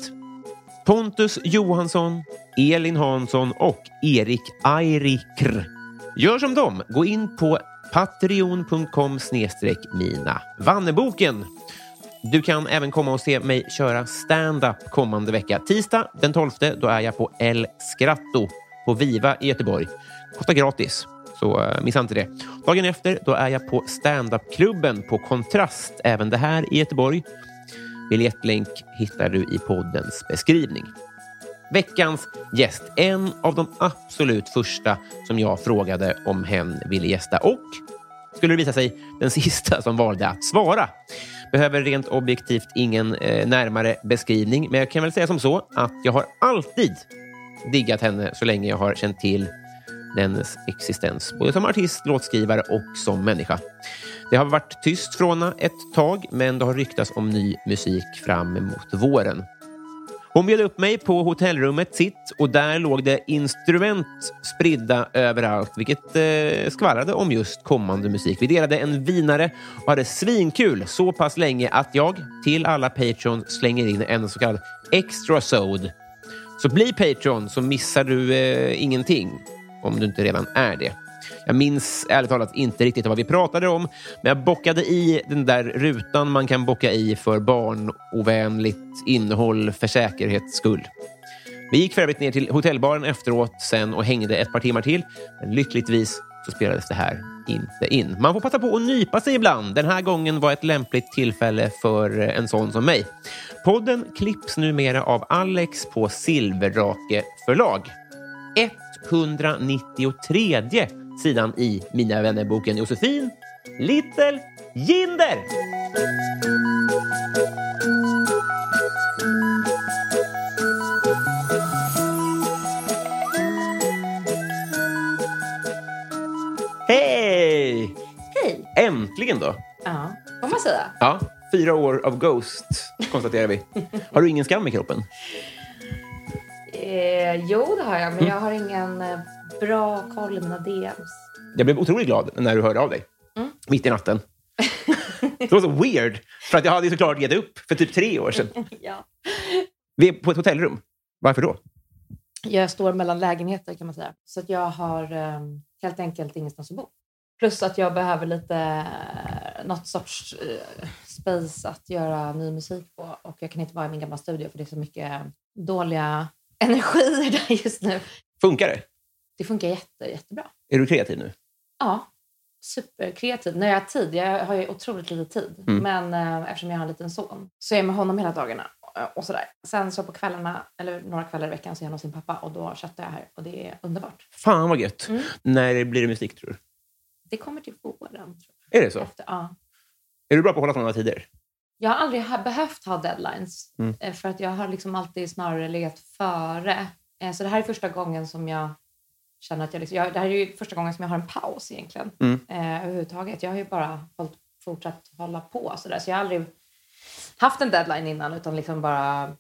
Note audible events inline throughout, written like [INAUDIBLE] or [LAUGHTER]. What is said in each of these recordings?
Pontus Johansson, Elin Hansson och Erik Airikr. Gör som dem. Gå in på patreon.com mina vanneboken. Du kan även komma och se mig köra stand-up kommande vecka. Tisdag den 12, då är jag på El Scratto på Viva i Göteborg. Kostar gratis. Så eh, missa inte det. Dagen efter då är jag på standupklubben på Kontrast, även det här i Göteborg. Biljettlänk hittar du i poddens beskrivning. Veckans gäst, en av de absolut första som jag frågade om hen ville gästa och skulle det visa sig den sista som valde att svara. Behöver rent objektivt ingen eh, närmare beskrivning, men jag kan väl säga som så att jag har alltid diggat henne så länge jag har känt till dennes existens, både som artist, låtskrivare och som människa. Det har varit tyst från henne ett tag, men det har ryktats om ny musik fram emot våren. Hon bjöd upp mig på hotellrummet sitt och där låg det instrument spridda överallt, vilket eh, skvallrade om just kommande musik. Vi delade en vinare och hade svinkul så pass länge att jag till alla Patreons slänger in en så kallad extra sod. Så bli Patreon så missar du eh, ingenting om du inte redan är det. Jag minns ärligt talat inte riktigt vad vi pratade om, men jag bockade i den där rutan man kan bocka i för barnovänligt innehåll för säkerhets skull. Vi gick för övrigt ner till hotellbaren efteråt sen och hängde ett par timmar till. Men lyckligtvis så spelades det här inte in. Man får passa på att nypa sig ibland. Den här gången var ett lämpligt tillfälle för en sån som mig. Podden klipps numera av Alex på Silverrake förlag. 193 sidan i Mina vännerboken Josefin Little Jinder. Hej! Hej! Äntligen då. Ja, får man säga. Ja, fyra år av Ghost konstaterar vi. Har du ingen skam i kroppen? Eh, jo, det har jag, men jag har ingen eh, bra koll i mina DMs. [LAUGHS] Jag blev otroligt glad när du hörde av dig. Mm. Mitt i natten. Det var så weird, för att jag hade ju såklart gett upp för typ tre år sedan. Ja. Vi är på ett hotellrum. Varför då? Jag står mellan lägenheter kan man säga, så att jag har eh, helt enkelt ingenstans att bo. Plus att jag behöver lite eh, något sorts eh, space att göra ny musik på och jag kan inte vara i min gamla studio för det är så mycket dåliga [LAUGHS] energier där just nu. Funkar det? Det funkar jätte, jättebra. Är du kreativ nu? Ja, superkreativ. När jag har tid, jag har ju otroligt lite tid, Mm. men eh, eftersom jag har en liten son så är jag med honom hela dagarna eh, och sådär. Sen så på kvällarna, eller några kvällar i veckan, så är han hos sin pappa och då chattar jag här och det är underbart. Fan vad gött. Mm. När blir det musik tror du? Det kommer till våren. Tror Är det jag. så? Efter, ja. Är du bra på att hålla sådana tider? Jag har aldrig ha, behövt ha deadlines Mm. eh, för att jag har liksom alltid snarare legat före. Eh, Så det här är första gången som jag känner att jag... Liksom, jag det här är ju första gången som jag har en paus egentligen. Mm. Eh, överhuvudtaget. Jag har ju bara hållit, fortsatt hålla på sådär. Så jag har aldrig haft en deadline innan utan liksom bara...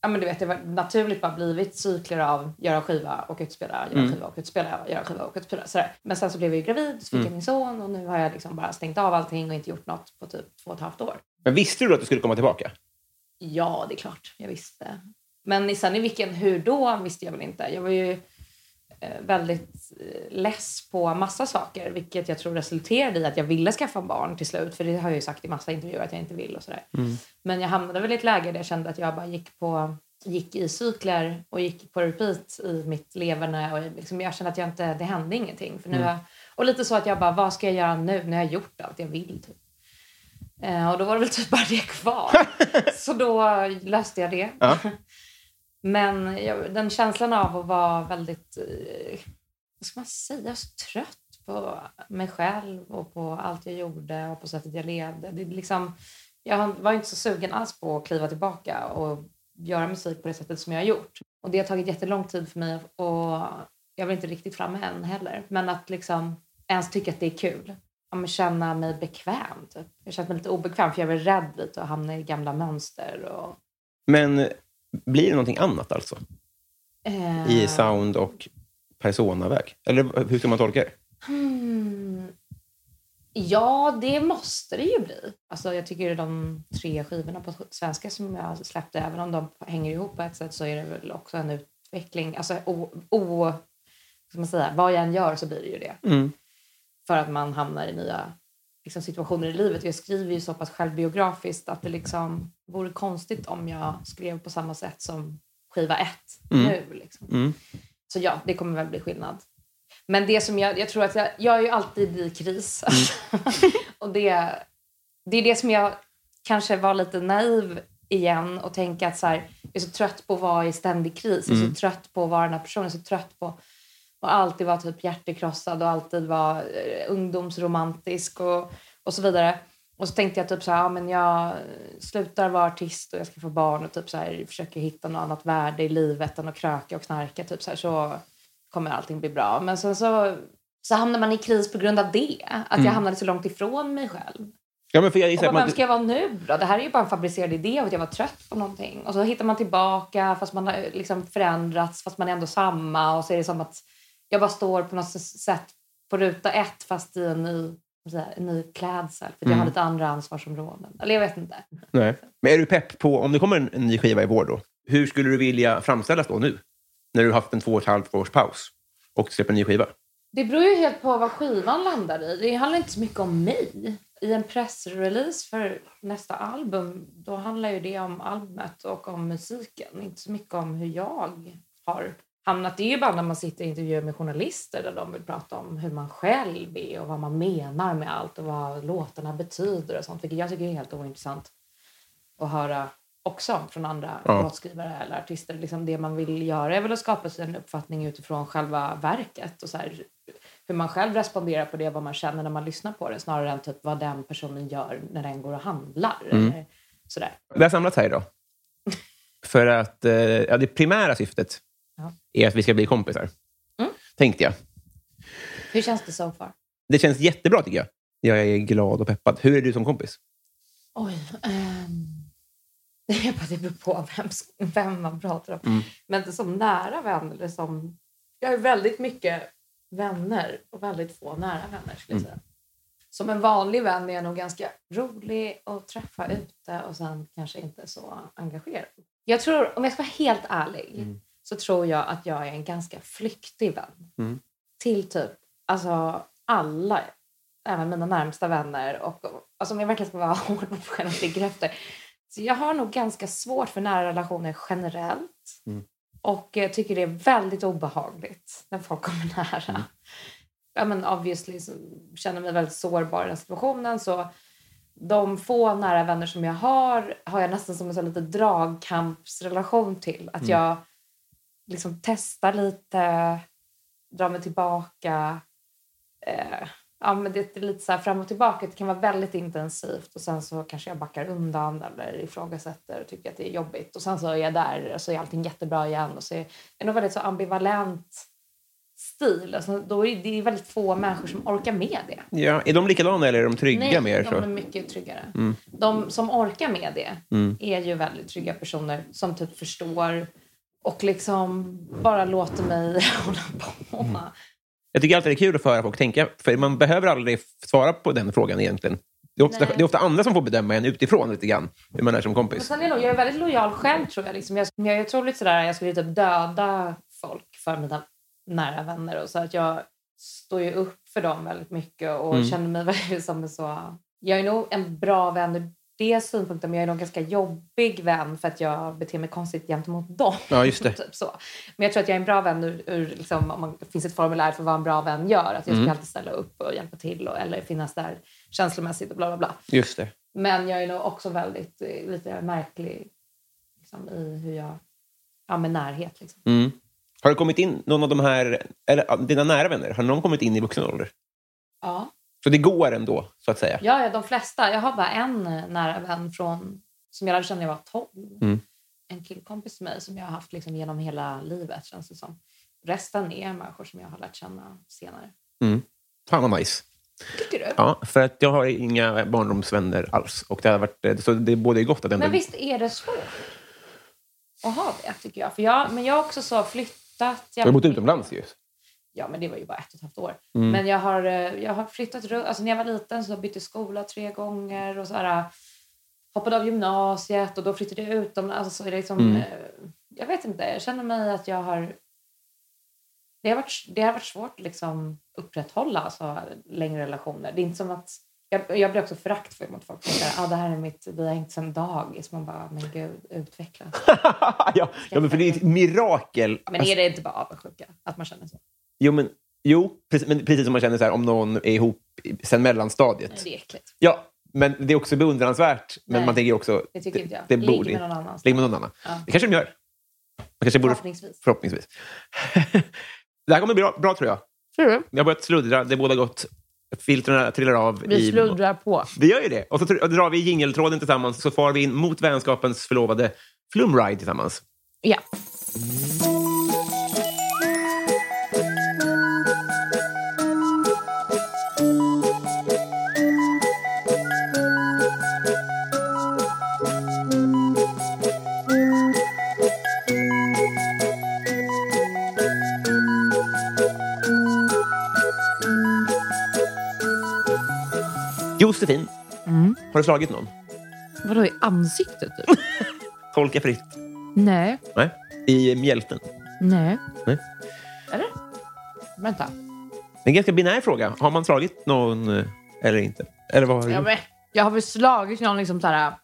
Ja, men du vet, det har naturligt bara blivit cykler av göra skiva och utspela, göra Mm. skiva och utspela, göra skiva och utspela. Sådär. Men sen så blev jag ju gravid, så Mm. fick jag min son och nu har jag liksom bara stängt av allting och inte gjort något på typ två och ett halvt år. Men visste du att du skulle komma tillbaka? Ja, det är klart. Jag visste. Men i- sen i vilken hur då visste jag väl inte. Jag var ju eh, väldigt eh, less på massa saker vilket jag tror resulterade i att jag ville skaffa barn till slut. För det har jag ju sagt i massa intervjuer att jag inte vill och sådär. Men jag hamnade väl i ett läge där jag kände att jag bara gick, på, gick i cykler och gick på repeat i mitt leverne. Och liksom jag kände att jag inte, det hände ingenting. För nu har- och lite så att jag bara, vad ska jag göra nu? Nu har jag gjort allt jag vill. Typ. Eh, och då var det väl typ bara det kvar. [LAUGHS] så då löste jag det. Ja. [LAUGHS] Men jag, den känslan av att vara väldigt, eh, vad ska man säga, så trött på mig själv och på allt jag gjorde och på sättet jag levde. Det är liksom, jag var inte så sugen alls på att kliva tillbaka och göra musik på det sättet som jag har gjort. Och det har tagit jättelång tid för mig och jag var inte riktigt framme än heller. Men att liksom ens tycka att det är kul. Ja, men känna mig bekväm. Typ. Jag kände mig lite obekväm för jag var rädd lite att hamna i gamla mönster. Och, Men eh, blir det någonting annat alltså? eh, I sound och personaväg? Eller hur ska man tolka det? Hmm. Ja, det måste det ju bli. Alltså, jag tycker de tre skivorna på svenska som jag släppte, även om de hänger ihop på ett sätt så är det väl också en utveckling. Alltså, o, o, vad ska man säga? Vad jag än gör så blir det ju det. Mm. För att man hamnar i nya liksom, situationer i livet. Jag skriver ju så pass självbiografiskt att det liksom vore konstigt om jag skrev på samma sätt som skiva ett Mm. nu. Liksom. Mm. Så ja, det kommer väl bli skillnad. Men det som jag, jag tror att jag, jag är ju alltid i kris. [LAUGHS] och det, det är det som jag kanske var lite naiv igen och tänka att så här, jag är så trött på att vara i ständig kris. Jag är så trött på att vara den här personen. Jag är så trött på och alltid vara typ hjärtekrossad och alltid vara eh, ungdomsromantisk och, och så vidare. Och så tänkte jag typ så här, ja, men jag slutar vara artist och jag ska få barn och typ så här, försöker hitta något annat värde i livet än att kröka och knarka. Typ så, här, så kommer allting bli bra. Men sen så, så hamnar man i kris på grund av det. Att jag hamnade så långt ifrån mig själv. Ja, men för jag Och gissar bara, att man... vem ska jag vara nu då? Det här är ju bara en fabricerad idé och att jag var trött på någonting. Och så hittar man tillbaka fast man har liksom förändrats fast man är ändå samma. Och så är det som att jag bara står på något sätt på ruta ett fast i en ny, vad säger jag, en ny klädsel. För att Mm. jag har lite andra ansvarsområden. Eller jag vet inte. Nej. Men är du pepp på, om det kommer en, en ny skiva i vår då, hur skulle du vilja framställas då nu? När du har haft en två och ett halvt års paus och släpper en ny skiva? Det beror ju helt på vad skivan landar i. Det handlar inte så mycket om mig. I en pressrelease för nästa album då handlar ju det om albumet och om musiken. Inte så mycket om hur jag har hamnat. Det är ju bara när man sitter i intervjuer med journalister där de vill prata om hur man själv är och vad man menar med allt och vad låtarna betyder och sånt. Vilket jag tycker är helt ointressant att höra också från andra Ja. låtskrivare eller artister. Liksom det man vill göra är väl att skapa sig en uppfattning utifrån själva verket och så här, hur man själv responderar på det, vad man känner när man lyssnar på det snarare än typ vad den personen gör när den går och handlar. Eller sådär. Vi har samlats här [LAUGHS] idag. För att eh, ja, det primära syftet Ja. är att vi ska bli kompisar. Mm. Tänkte jag. Hur känns det so far? Det känns jättebra tycker jag. Jag är glad och peppad. Hur är du som kompis? Oj. ehm, [LAUGHS] Jag bara, det beror på vem, s- vem man pratar om. Men inte som nära vän. Eller som, jag har ju väldigt mycket vänner och väldigt få nära vänner. Skulle jag säga. Som en vanlig vän är jag nog ganska rolig att träffa ute och sen kanske inte så engagerad. Jag tror, om jag ska vara helt ärlig, så tror jag att jag är en ganska flyktig vän. Mm. Till typ alltså, alla även mina närmsta vänner. Och, alltså om jag verkligen ska vara [LAUGHS] hård mot mig själv och ligga efter. Så jag har nog ganska svårt för nära relationer generellt. Mm. Och jag tycker det är väldigt obehagligt när folk kommer [LAUGHS] nära. Ja, men obviously så känner jag mig väldigt sårbar i den situationen. Så de få nära vänner som jag har har jag nästan som en sån lite dragkampsrelation till. Att jag liksom testar lite, drar mig tillbaka. Eh, ja, men det är lite så här fram och tillbaka. Det kan vara väldigt intensivt och sen så kanske jag backar undan eller ifrågasätter och tycker att det är jobbigt. Och sen så är jag där och så är allting jättebra igen. Och så är det är nog väldigt så ambivalent stil. Alltså, då är det är väldigt få människor som orkar med det. Ja, är de likadana eller är de trygga med er? Mm. de Så? är mycket tryggare. De som orkar med det Mm. är ju väldigt trygga personer som typ förstår och liksom bara låter mig [LAUGHS] hålla på. Jag tycker alltid det är kul att få höra folk tänka, för man behöver aldrig svara på den frågan egentligen. Det är ofta, Nej. det är ofta andra som får bedöma en utifrån lite grann, hur man är som Men kompis. sen är jag, jag är väldigt lojal själv tror jag. Liksom, jag, jag är otroligt sådär, jag skulle ju typ döda folk för mina nära vänner. Och så att jag står ju upp för dem väldigt mycket och Mm. känner mig [LAUGHS] väldigt som en så... Jag är nog en bra vän ur det synpunkten, men jag är nog en ganska jobbig vän för att jag beter mig konstigt gentemot dem. Ja, just det. [LAUGHS] Typ så. Men jag tror att jag är en bra vän ur, ur liksom, om man, det finns ett formulär för vad en bra vän gör. Att jag Mm. ska alltid ställa upp och hjälpa till och, eller finnas där känslomässigt och bla bla bla. Just det. Men jag är nog också väldigt eh, lite märklig liksom, i hur jag... Ja, med närhet. Liksom. Mm. Har det kommit in någon av de här, eller ja, dina nära vänner, har någon kommit in i vuxen ålder? Ja. Så det går ändå, så att säga. Ja, ja, de flesta. Jag har bara en eh, nära vän från, som jag lärde känna när jag var 12. Mm. En killkompis till mig som jag har haft liksom, genom hela livet, känns det som. Resten är människor som jag har lärt känna senare. Fan vad nice. Tycker du? Ja, för att jag har inga barndomsvänner alls. Och det har varit, eh, så det är både gott att ändå... Men visst är det svårt att ha det, tycker jag. För jag men jag har också så flyttat. jag har bott utomlands ju. ja, men det var ju bara ett och ett halvt år. Mm. Men jag har, eh, jag har flyttat runt. Alltså, när jag var liten så bytte jag skola tre gånger och så här, eh, hoppade av gymnasiet och då flyttade jag utomlands. Alltså, så är det liksom, Mm. eh, Jag vet inte, jag känner mig att jag har... Det har varit, det har varit svårt att liksom, upprätthålla alltså, längre relationer. Det är inte som att... Jag, jag blir också föraktfull mot folk som säger ah, det här är mitt, vi har hängt sedan dagis. Man bara, men gud, utvecklas. [LAUGHS] ja, ja, men för det är ett mirakel. Men är det inte bara avundsjuka? Att man känner så? Jo, men, jo precis, men precis som man känner så här, om någon är ihop i- sen mellanstadiet. Nej, det är äckligt. Ja, men det är också beundransvärt. Men Nej, man tänker också... Det tycker inte jag. Det, det Ligg borde... med någon annan. Ligg med någon annan. Ja. Det kanske de gör. Man kanske borde... Förhoppningsvis. Förhoppningsvis. [LAUGHS] det här kommer bli bra, bra, tror jag. Tror du? Jag har börjat sluddra. Det båda gott. Filtren trillar av. Vi i- sluddrar på. Vi gör ju det. Och så tr- och drar vi jingeltråden tillsammans så far vi in mot vänskapens förlovade Flumride tillsammans. Ja. Josefin, Mm. har du slagit någon? Vadå i ansiktet [LAUGHS] typ? Tolka fritt. nej, Nej. I mjälten. nej. Nej. Mm. Eller? Vänta. Det är en ganska binär fråga. Har man slagit någon eh, eller inte? Eller vad har du Ja, men, jag har väl slagit någon liksom såhär...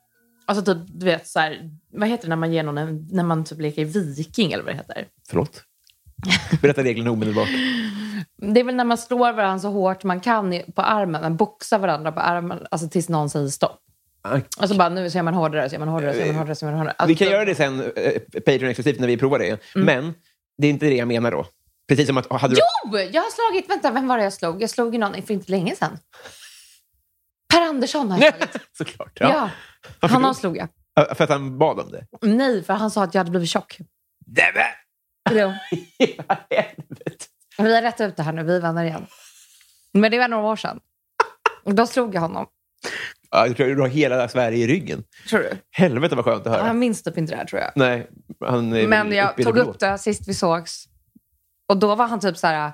Alltså typ, du vet såhär... Vad heter det när man ger någon en, när man typ leker viking eller vad det heter? Förlåt? Berätta reglerna [LAUGHS] omedelbart. Det är väl när man slår varandra så hårt man kan i- på armen. Man boxar varandra på armen alltså tills någon säger stopp. Alltså bara nu så är man hårdare, så är man hårdare, så är man hårdare, så är man hårdare. Alltså, Eh, Vi kan göra det sen, eh, Patreon-exklusivt, när vi provar det. Mm. Men det är inte det jag menar då. Precis som att... "Ah, Hade du... Jo! Jag har slagit... Vänta, vem var det jag slog? Jag slog ju någon för inte länge sedan. Per Andersson har jag slagit. [LAUGHS] Såklart. Ja. Ja, Varför då? honom slog jag. För att han bad om det. Nej, för han sa att jag hade blivit tjock. [LAUGHS] Nämen! Jo. i helvete. Vi har rätt ut det här nu, vi är vänner igen. Men det var några år sedan. Och Då slog jag honom. Ja, Jag tror du har hela Sverige i ryggen. Tror du? Helvete vad skönt att höra. Han minns typ inte det här tror jag. Nej, han är Men väl jag uppe i tog det blå. upp det sist vi sågs. Och då var han typ så här,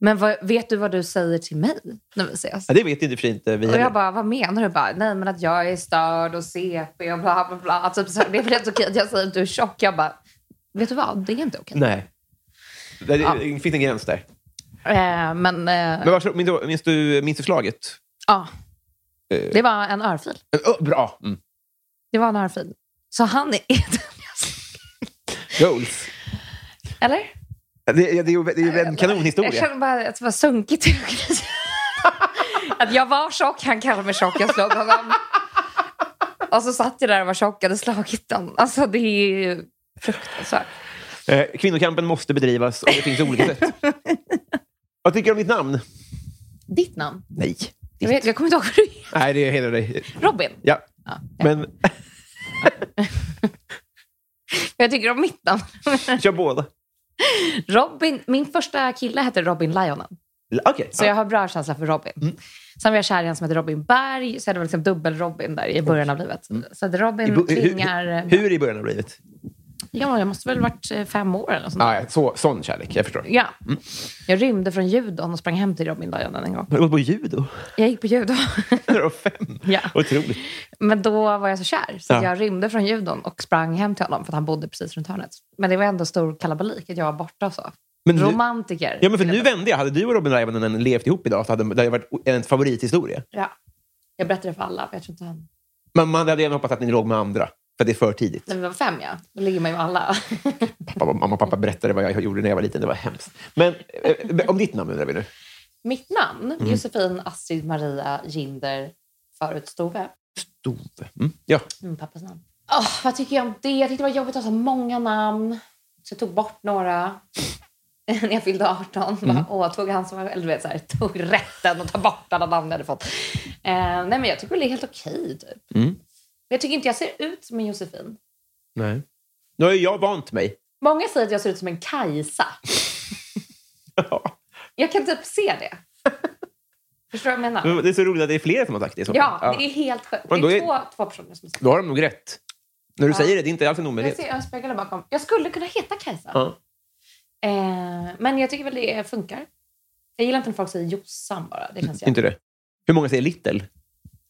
men vad, vet du vad du säger till mig när vi ses? Ja, det vet ju inte för sig inte vi Och heller. jag bara, vad menar du? Bara, Nej, men att jag är störd och CP och bla bla bla. Typ så här, det är väl rätt okej att jag säger att du är tjock. Jag bara, vet du vad? Det är inte okej. Nej. Det, det Ja. finns en gräns där. Eh, men, eh, Men varsågod, minns, du- minns, du, minns du slaget? ja, Eh, det var en örfil. ö, bra! Mm. Det var en örfil. Så han är... [LAUGHS] Goals. Eller? Det, det, det är ju det är ju en Jag kanonhistoria. kände bara att det var sunkigt. att jag var tjock, han kallade mig tjock, jag slog honom. och så satt jag där och var tjock, hade slagit honom. Alltså det är ju fruktansvärt. Eh, [LAUGHS] Kvinnokampen måste bedrivas och det finns olika sätt. Vad tycker du om ditt namn? Ditt namn? Nej. Jag, vet, jag kommer inte ihåg vad du heter. Nej, det hedrar dig. Robin? Ja, Ja. men Jag tycker om mitt namn. [LAUGHS] [LAUGHS] kör båda. Robin, min första kille hette Robin Lionen, Okej. så ja. Mm. jag har bra känsla för Robin. Sen var jag kär i en som hette Robin Berg, så jag hade väl liksom dubbel-Robin där i början av livet. Så Mm. att I Robin bo- hur- klingar... eh, Hur i början av livet? Ja, jag måste väl varit eh, fem år eller något sånt. Ah, ja, Mm. så, sån kärlek. Jag förstår. Ja. Jag rymde från judon och sprang hem till Robin Lionen en gång. Har du gått på judo? [LAUGHS] Jag gick på judo. [LAUGHS] När du var fem? ja. Otroligt. Men då var jag så kär, så att Ja. jag rymde från judon och sprang hem till honom för att han bodde precis runt hörnet. Men det var ändå stor kalabalik att jag var borta och så. Men nu- Romantiker. Ja, men för vill nu jag- vände jag. Hade du och Robin Laivonen levt ihop idag så hade det hade varit en favorithistoria. Ja. Jag berättade det för alla, för jag tror inte han... Men man hade gärna hoppats att ni låg med andra, för det är för tidigt. När vi var fem, ja. Då ligger man ju med alla. [LAUGHS] Pappa, mamma och pappa berättade vad jag gjorde när jag var liten. Det var hemskt. Men eh, om ditt namn undrar vi nu. Mitt namn, Josefin Astrid Maria Ginder, förut Stove. Stove. Mm. Ja. Min pappas namn. Åh, vad tycker jag om det? Jag tyckte det var jobbigt att ha så många namn. Så jag tog bort några [LAUGHS] när jag fyllde 18. Bara, Åh, tog han som, eller du vet, så här, tog rätten och tog bort alla namn jag hade fått. Eh, nej, men jag tycker väl det är helt okej. Typ. Mm. Men Jag tycker inte jag ser ut som en Josefin. Nej. Nu har ju jag vant mig. [LAUGHS] Många säger att jag ser ut som en Kajsa. Ja. Jag kan typ se [LAUGHS] det. Förstår du vad jag menar? Det är så roligt att det är fler som har sagt det. i så fall. Ja, det är helt sjukt. Det Men då är är- två, två personer som säger Då har de nog rätt. När du Ja. säger det, det är inte alls en jag omöjlighet. ser jag speglar bakom. Jag skulle kunna heta Kajsa. Ja. Eh, men jag tycker väl det funkar. Jag gillar inte när folk säger Jossan bara. Det känns Inte det? Hur många säger little?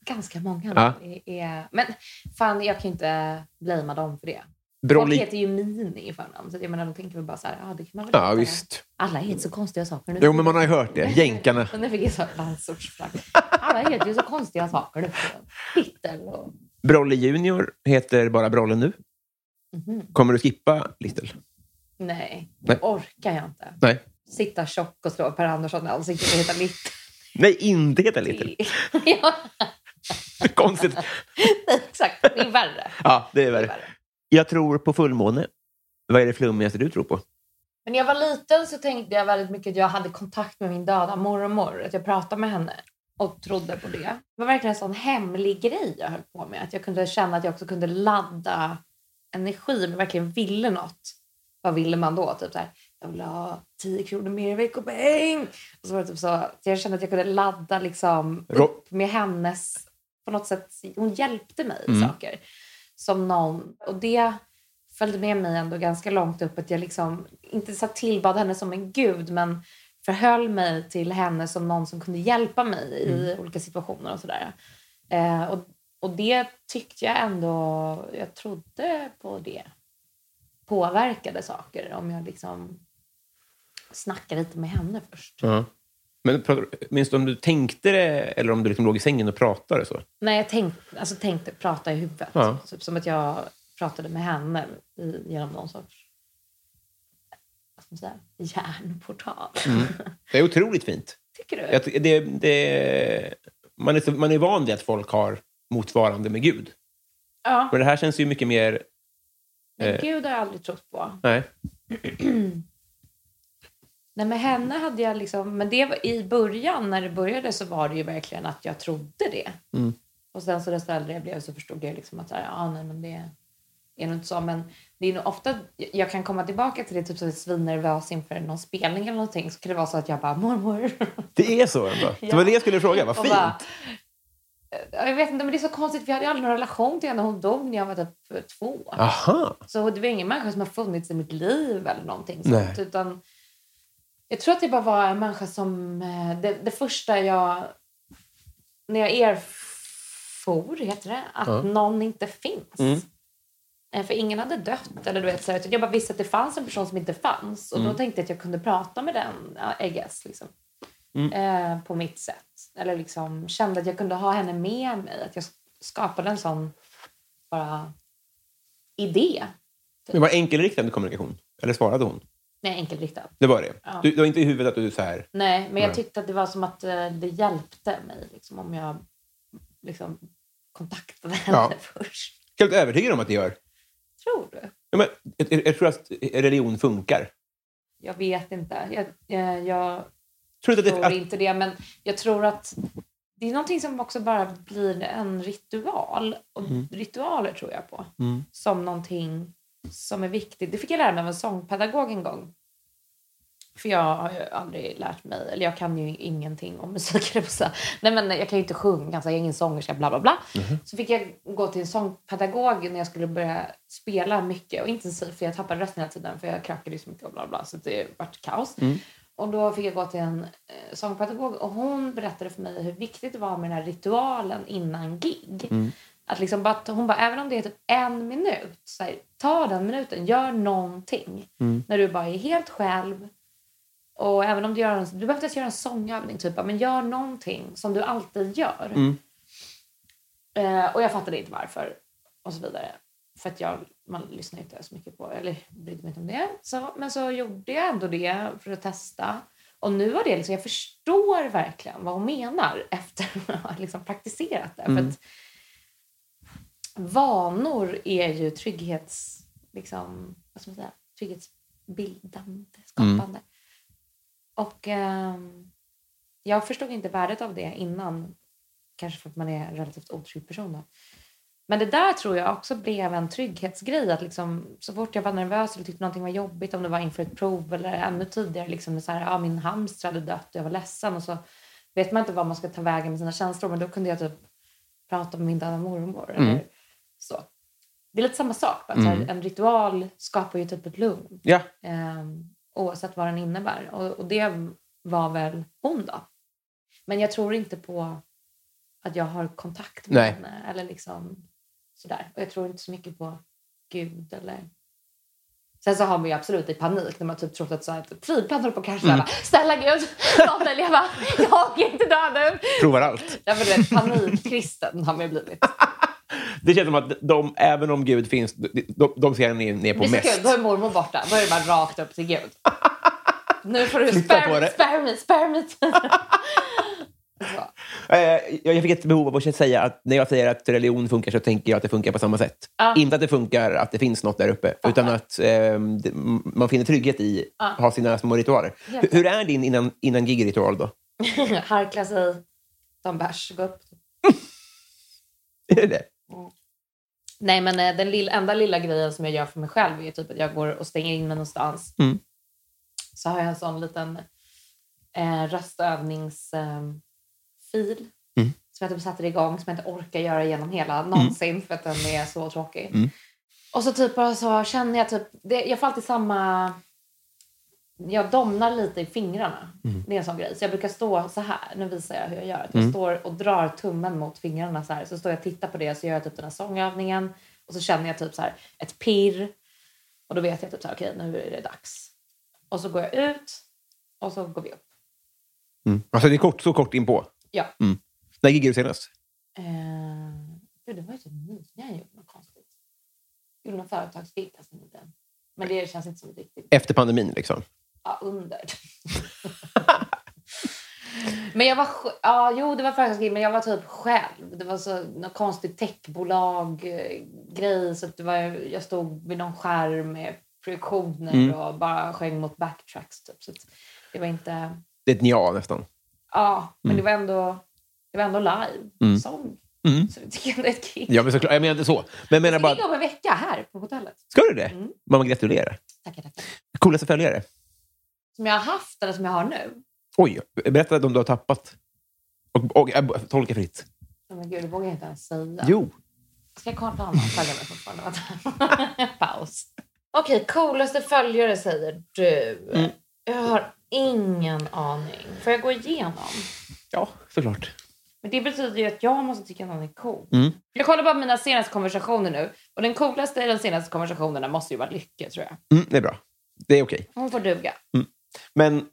ganska många. Ja. Det är, men fan, jag kan ju inte blamea dem för det. Folk Broly. heter ju Mini i förnamn. Så att jag menar, de tänker väl bara så här, ah, det kan man väl Ja, heta. visst. Alla heter så konstiga saker nu. Jo, men [LAUGHS] man har ju hört det. Jänkarna. Och nu fick jag så landsortsflagg. Alla heter ju så konstiga saker nu. för tiden. Hittel och... Brolle Junior heter bara Brolle nu. Mhm. Kommer du skippa Little? Nej, Nej. orkar jag inte. Nej. Sitta tjock och slå Per Andersson i ansiktet och heta Little. Nej, inte heta Little. [LAUGHS] ja, [LAUGHS] Konstigt. exakt. Det är värre. Ja, det är Det är värre. värre. Jag tror på fullmåne. Vad är det flummigaste du tror på? Men när jag var liten så tänkte jag väldigt mycket att jag hade kontakt med min döda mormor. Att jag pratade med henne och trodde på det. Det var verkligen en sån hemlig grej jag höll på med. Att jag kunde känna att jag också kunde ladda energi om jag verkligen ville något. Vad ville man då? Typ så här, jag vill ha 10 kronor mer i veckopeng. Och så var det typ så. så jag kände att jag kunde ladda liksom Ro- upp med hennes... På något sätt, hon hjälpte mig i Mm. saker. Som någon. Och det följde med mig ändå ganska långt upp. Att jag liksom, inte så att tillbad henne som en gud, men förhöll mig till henne som någon som kunde hjälpa mig i olika situationer och sådär. Eh, och, och det tyckte jag ändå, jag trodde på det. Påverkade saker om jag liksom snackade lite med henne först. Men pratar- minns du om du tänkte det eller om du liksom låg i sängen och pratade? så? Nej, jag tänkte, alltså tänkte prata i huvudet. Ja. Typ som att jag pratade med henne i, genom någon sorts vad ska man säga, järnportal. Det är otroligt fint. [LAUGHS] Tycker du? Mm. Jag, ty- det, det, man, är så, man är van vid att folk har motsvarande med Gud. ja. Men det här känns ju mycket mer... Men eh. Gud har jag aldrig trott på. Nej. Nej, med henne hade jag liksom... Men det var, i början, när det började, så var det ju verkligen att jag trodde det. Mm. Och sen så desto äldre jag blev så förstod jag liksom att så här, ah, nej, men det är nog inte så. Men det är nog ofta... Jag kan komma tillbaka till det, typ som jag är svinnervös inför någon spelning eller någonting. Så kan det vara så att jag bara, mormor. Det är så ändå. Det Ja. var det jag skulle fråga. Vad Och fint. bara, eh, jag vet inte, men det är så konstigt. Vi hade ju aldrig någon relation till henne. Hon dog när jag var typ två. Aha. Så det var ingen människa som har funnits i mitt liv eller någonting sånt. Nej. Utan jag tror att det bara var en människa som... eh, Det, det första jag... När jag erfor, heter det, att Ja. någon inte finns. Mm. Eh, För ingen hade dött. Eller du vet, så här, utan jag bara visste att det fanns en person som inte fanns. Och Mm. då tänkte jag att jag kunde prata med den, ja, I guess, liksom. Mm. Eh, på mitt sätt. Eller liksom kände att jag kunde ha henne med mig. Att jag skapade en sån bara idé. Det var enkelriktad kommunikation. Eller svarade hon? Nej, enkelriktat. Det var det. Ja. Du, det var inte i huvudet att du så här... Nej, men Nej. jag tyckte att det var som att eh, det hjälpte mig liksom, om jag liksom, kontaktade henne [LAUGHS] Ja. först. Helt övertygad om att det gör. Tror du? Ja, men, jag, jag- jag tror att religion funkar. Jag vet inte. Jag, eh, jag Tror du att det, tror att, inte det, men jag tror att det är någonting som också bara blir en ritual. Och Ritualer tror jag på. Mm. Som någonting som är viktigt. Det fick jag lära mig av en sångpedagog en gång. För jag har ju aldrig lärt mig, eller jag kan ju ingenting om musik. [LAUGHS] höll jag på att säga. Nej men jag kan ju inte sjunga, så jag är ingen sångerska, bla bla bla. Så fick jag gå till en sångpedagog när jag skulle börja spela mycket och intensivt för jag tappade rösten hela tiden för jag krackade ju så mycket och bla bla så det vart kaos. Och då fick jag gå till en eh, sångpedagog och hon berättade för mig hur viktigt det var med den här ritualen innan gig. Att liksom bara, hon bara, även om det är typ en minut, så här, ta den minuten, gör någonting. När du bara är helt själv. Och även om du, gör en, du behöver inte ens göra en sångövning, typ, men gör någonting som du alltid gör. Mm. Eh, och jag fattade inte varför och så vidare. För att jag, man lyssnar inte så mycket på, eller brydde mig inte om det. Så, men så gjorde jag ändå det för att testa. Och nu har det liksom, jag förstår verkligen vad hon menar [LAUGHS] efter att ha liksom praktiserat det. För att vanor är ju trygghets, liksom, vad ska man säga, trygghetsbildande, skapande. Och ehm, jag förstod inte värdet av det innan. Kanske för att man är en relativt otrygg person. Då. Men det där tror jag också blev en trygghetsgrej. Att liksom, så fort jag var nervös eller tyckte någonting var jobbigt, om det var inför ett prov eller ännu tidigare, liksom, så här, ja, min hamster hade dött och jag var ledsen och så vet man inte vad man ska ta vägen med sina känslor. Men då kunde jag typ prata med min döda mormor. Eller så. Det är lite samma sak. Bara, att så här, en ritual skapar ju typ ett lugn. ja. Eh, oavsett vad den innebär. Och, och det var väl hon då. Men jag tror inte på att jag har kontakt med Nej. henne. Eller liksom sådär. Och jag tror inte så mycket på Gud eller... Sen så har man ju absolut i panik när man typ trott att så här, ett flygplan håller på att krascha. Mm. Snälla Gud, låt mig leva. Jag är inte död nu. Provar allt. Ja, men du vet, panikkristen har man ju blivit. Det känns som att de, även om Gud finns, de, de, de ser ner, ner Det på är så kul, mest. då är mormor borta. Då är det bara rakt upp till Gud. Nu får du Flytta på spare me, det. spare me, spare me. Så. Eh, Jag jag fick ett behov av att säga att när jag säger att religion funkar så tänker jag att det funkar på samma sätt. Ja. Inte att det funkar att det finns något där uppe, utan att eh, det- m- man finner trygghet i Ja. att ha sina små ritualer. Hur, Helt hur är din innan, innan gigritual då? [LAUGHS] [LAUGHS] Harkla sig, ta en bärs, gå upp. Är det det? Nej, men eh, den lilla, enda lilla grejen som jag gör för mig själv är ju typ att jag går och stänger in mig någonstans. Mm. Så har jag en sån liten eh, röstövningsfil eh, fil Mm. som jag typ sätter igång som jag inte orkar göra igenom hela någonsin för att den är så tråkig. Mm. Och så typ bara så känner jag typ, det, jag får alltid samma... Jag domnar lite i fingrarna. Det är en sån grej. Så jag brukar stå så här. Nu visar jag hur jag gör. Att jag står och drar tummen mot fingrarna så här. Så står jag och tittar på det. Så gör jag typ den här sångövningen. Och så känner jag typ så här ett pirr. Och då vet jag typ så här, okej nu är det dags. Och så går jag ut. Och så går vi upp. Mm. Alltså det är kort, så kort inpå. Ja. Mm. När giggade du senast? Eh, gud, det var ju typ nyligen jag gjorde något konstigt. Gjorde någon företagsgig fast nyligen. Men det känns inte som ett riktigt Efter pandemin liksom? Ja, under. [LAUGHS] men jag var... sj- Ja, jo, det var företagsgig, men jag var typ själv. Det var så något konstigt techbolag-grej. Så att det var, jag stod vid någon skärm med projektioner Mm. och bara sjöng mot backtracks. Typ. Så att det var inte... Det är ett nja nästan. Ja, men Mm. det var ändå... Det var ändå live. Sång. Så det tycker jag ändå är ett gig. Mm. Ja, men såklart, jag menar inte så. Men jag menar Jag bara, ska Mm. gigga om en vecka här på hotellet. ska du det? Mamma gratulerar. Tackar, tackar. Coolaste följare? Som jag har haft eller som jag har nu. Oj, berätta de du har tappat. Och, och, äh, tolka fritt. Oh, men gud, det vågar jag inte ens säga. Jo. Ska jag kolla om han följer mig fortfarande? Vänta. [LAUGHS] Paus. Okej, coolaste följare säger du. Jag har ingen aning. Får jag gå igenom? Ja, såklart. Men det betyder ju att jag måste tycka att någon är cool. Mm. Jag kollar bara på mina senaste konversationer nu. Och den coolaste i de senaste konversationerna måste ju vara Lycke, tror jag. Mm, det är bra. Det är okej. Hon får duga. Men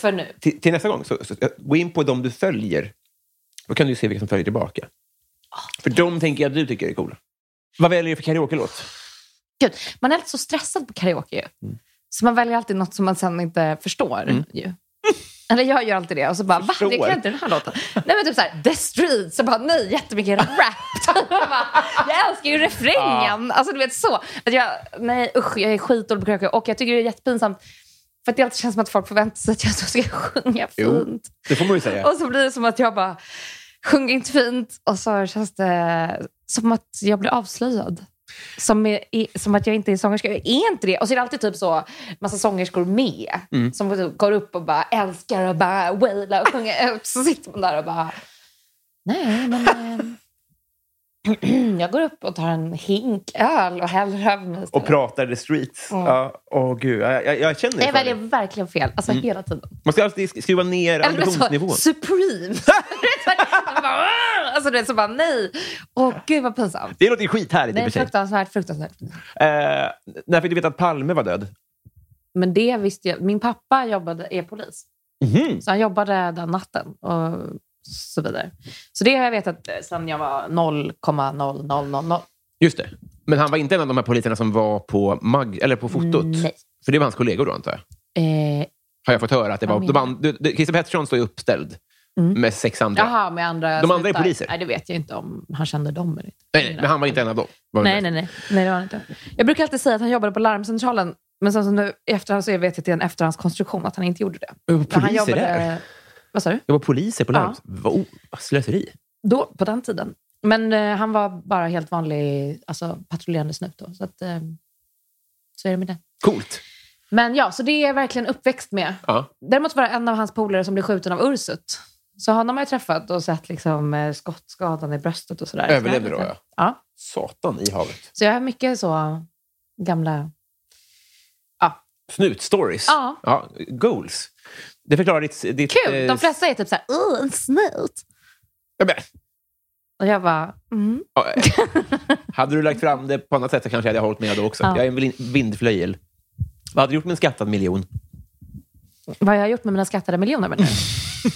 För nu. till, till nästa gång, så, så, gå in på de du följer. Då kan du se vilka som följer tillbaka. Ah. För de tänker jag att du tycker är coola. Vad väljer du för karaoke-låt? Gud, man är alltid så stressad på karaoke ju. Mm. Så man väljer alltid något som man sen inte förstår ju. Eller jag gör alltid det och så bara, va? Det Förstår. kan inte den här låten. Nej men typ såhär, The Streets. Så bara, nej, jättemycket rap. [LAUGHS] Jag bara, jag älskar ju refrängen. Alltså du vet så. Att jag, nej usch, jag är skitdålig på karaoke. Och jag tycker det är jättepinsamt. För att det alltid känns som att folk förväntar sig att jag ska [LAUGHS] sjunga Jo. fint. Det får man ju säga. [LAUGHS] Och så blir det som att jag bara sjunger inte fint och så känns det som att jag blir avslöjad. Som, är, i- som att jag inte är sångerska. Jag är inte det. Och så är det alltid typ så massa sångerskor med Mm. som typ går upp och bara älskar och bara wailar och sjunger ut. Så sitter man där och bara nej, men eh, [CLEARS THROAT] jag går upp och tar en hink öl och häller över mig. Och pratar the streets. Mm. Ja, åh gud. Jag, jag, jag känner jag för väljer det. verkligen fel, alltså Mm. hela tiden. Man ska alltid skruva ner Eller så, ambitionsnivån. [LAUGHS] Supreme. [LAUGHS] Man bara, "Åh!" alltså det är så bara nej. Åh gud vad pinsamt. Det låter ju skithärligt i och Nej, för sig. fruktansvärt, fruktansvärt. Eh, när fick du veta att Palme var död? Men det visste jag. Min pappa jobbade, är polis, Mhm. så han jobbade den natten och så vidare. Så det har jag vetat sedan jag var 0,0000. Just det. Men han var inte en av de här poliserna som var på, mag- eller på fotot? Nej. För det var hans kollegor då, antar jag? Eh, Har jag fått höra. att det Vad var, de menar and- du- du- Christer Pettersson står ju uppställd Mm. med sex andra. Jaha, med andra... De andra är slutar. poliser. Nej, det vet jag inte om han kände dem eller inte. Nej, nej, men han var inte en av dem. Var det Nej, nej, nej. nej det var han inte. Jag brukar alltid säga att han jobbade på larmcentralen, men sen så nu i efterhand så vet jag att det är en efterhandskonstruktion att han inte gjorde det. Det var Men han poliser där. Vad sa du? Det var poliser på Ja. larm. Vad o- vad slöseri. Då, på den tiden. Men eh, han var bara helt vanlig alltså, patrullerande snut då. Så, att, eh, så är det med det. Coolt. Men ja, så det är jag verkligen uppväxt med. Ja. Däremot var det en av hans polare som blev skjuten av Ursut. Så honom har jag träffat och sett liksom, eh, skottskadan i bröstet och sådär. Överlevde Så då, jag- ja. Ja. Satan i havet. Så jag har mycket så gamla... Snut-stories. Ja. Ja, goals. Det förklarar ditt... ditt Kul! eh, De flesta är typ såhär, åh, en snut. Ja, men, Och jag bara, mm. ja, eh. [LAUGHS] hade du lagt fram det på annat sätt så kanske jag hade hållit med då också. Ja. Jag är en vin- vindflöjel. Vad hade du gjort med en skattad miljon? Vad har jag gjort med mina skattade [LAUGHS] miljoner? menar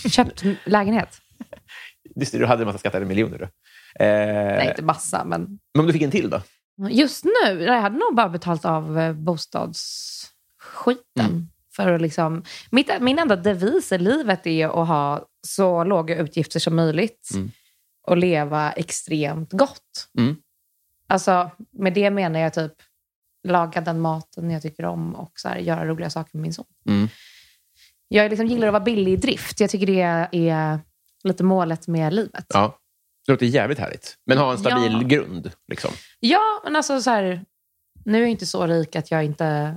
du? Köpt m- lägenhet? Just det, du hade en massa skattade miljoner. Då. Eh, Nej, inte massa, men... Men om du fick en till då? Just nu, nej, jag hade nog bara betalt av eh, bostadsskiten. Mm. För att liksom, mitt, min enda devis i livet är att ha så låga utgifter som möjligt Mm. och leva extremt gott. Mm. Alltså, med det menar jag typ laga den maten jag tycker om och så här, göra roliga saker med min son. Mm. Jag liksom gillar att vara billig i drift. Jag tycker det är lite målet med livet. Ja. Det låter jävligt härligt. Men ha en stabil Ja. grund. Liksom. Ja, men alltså så här, nu är jag inte så rik att jag inte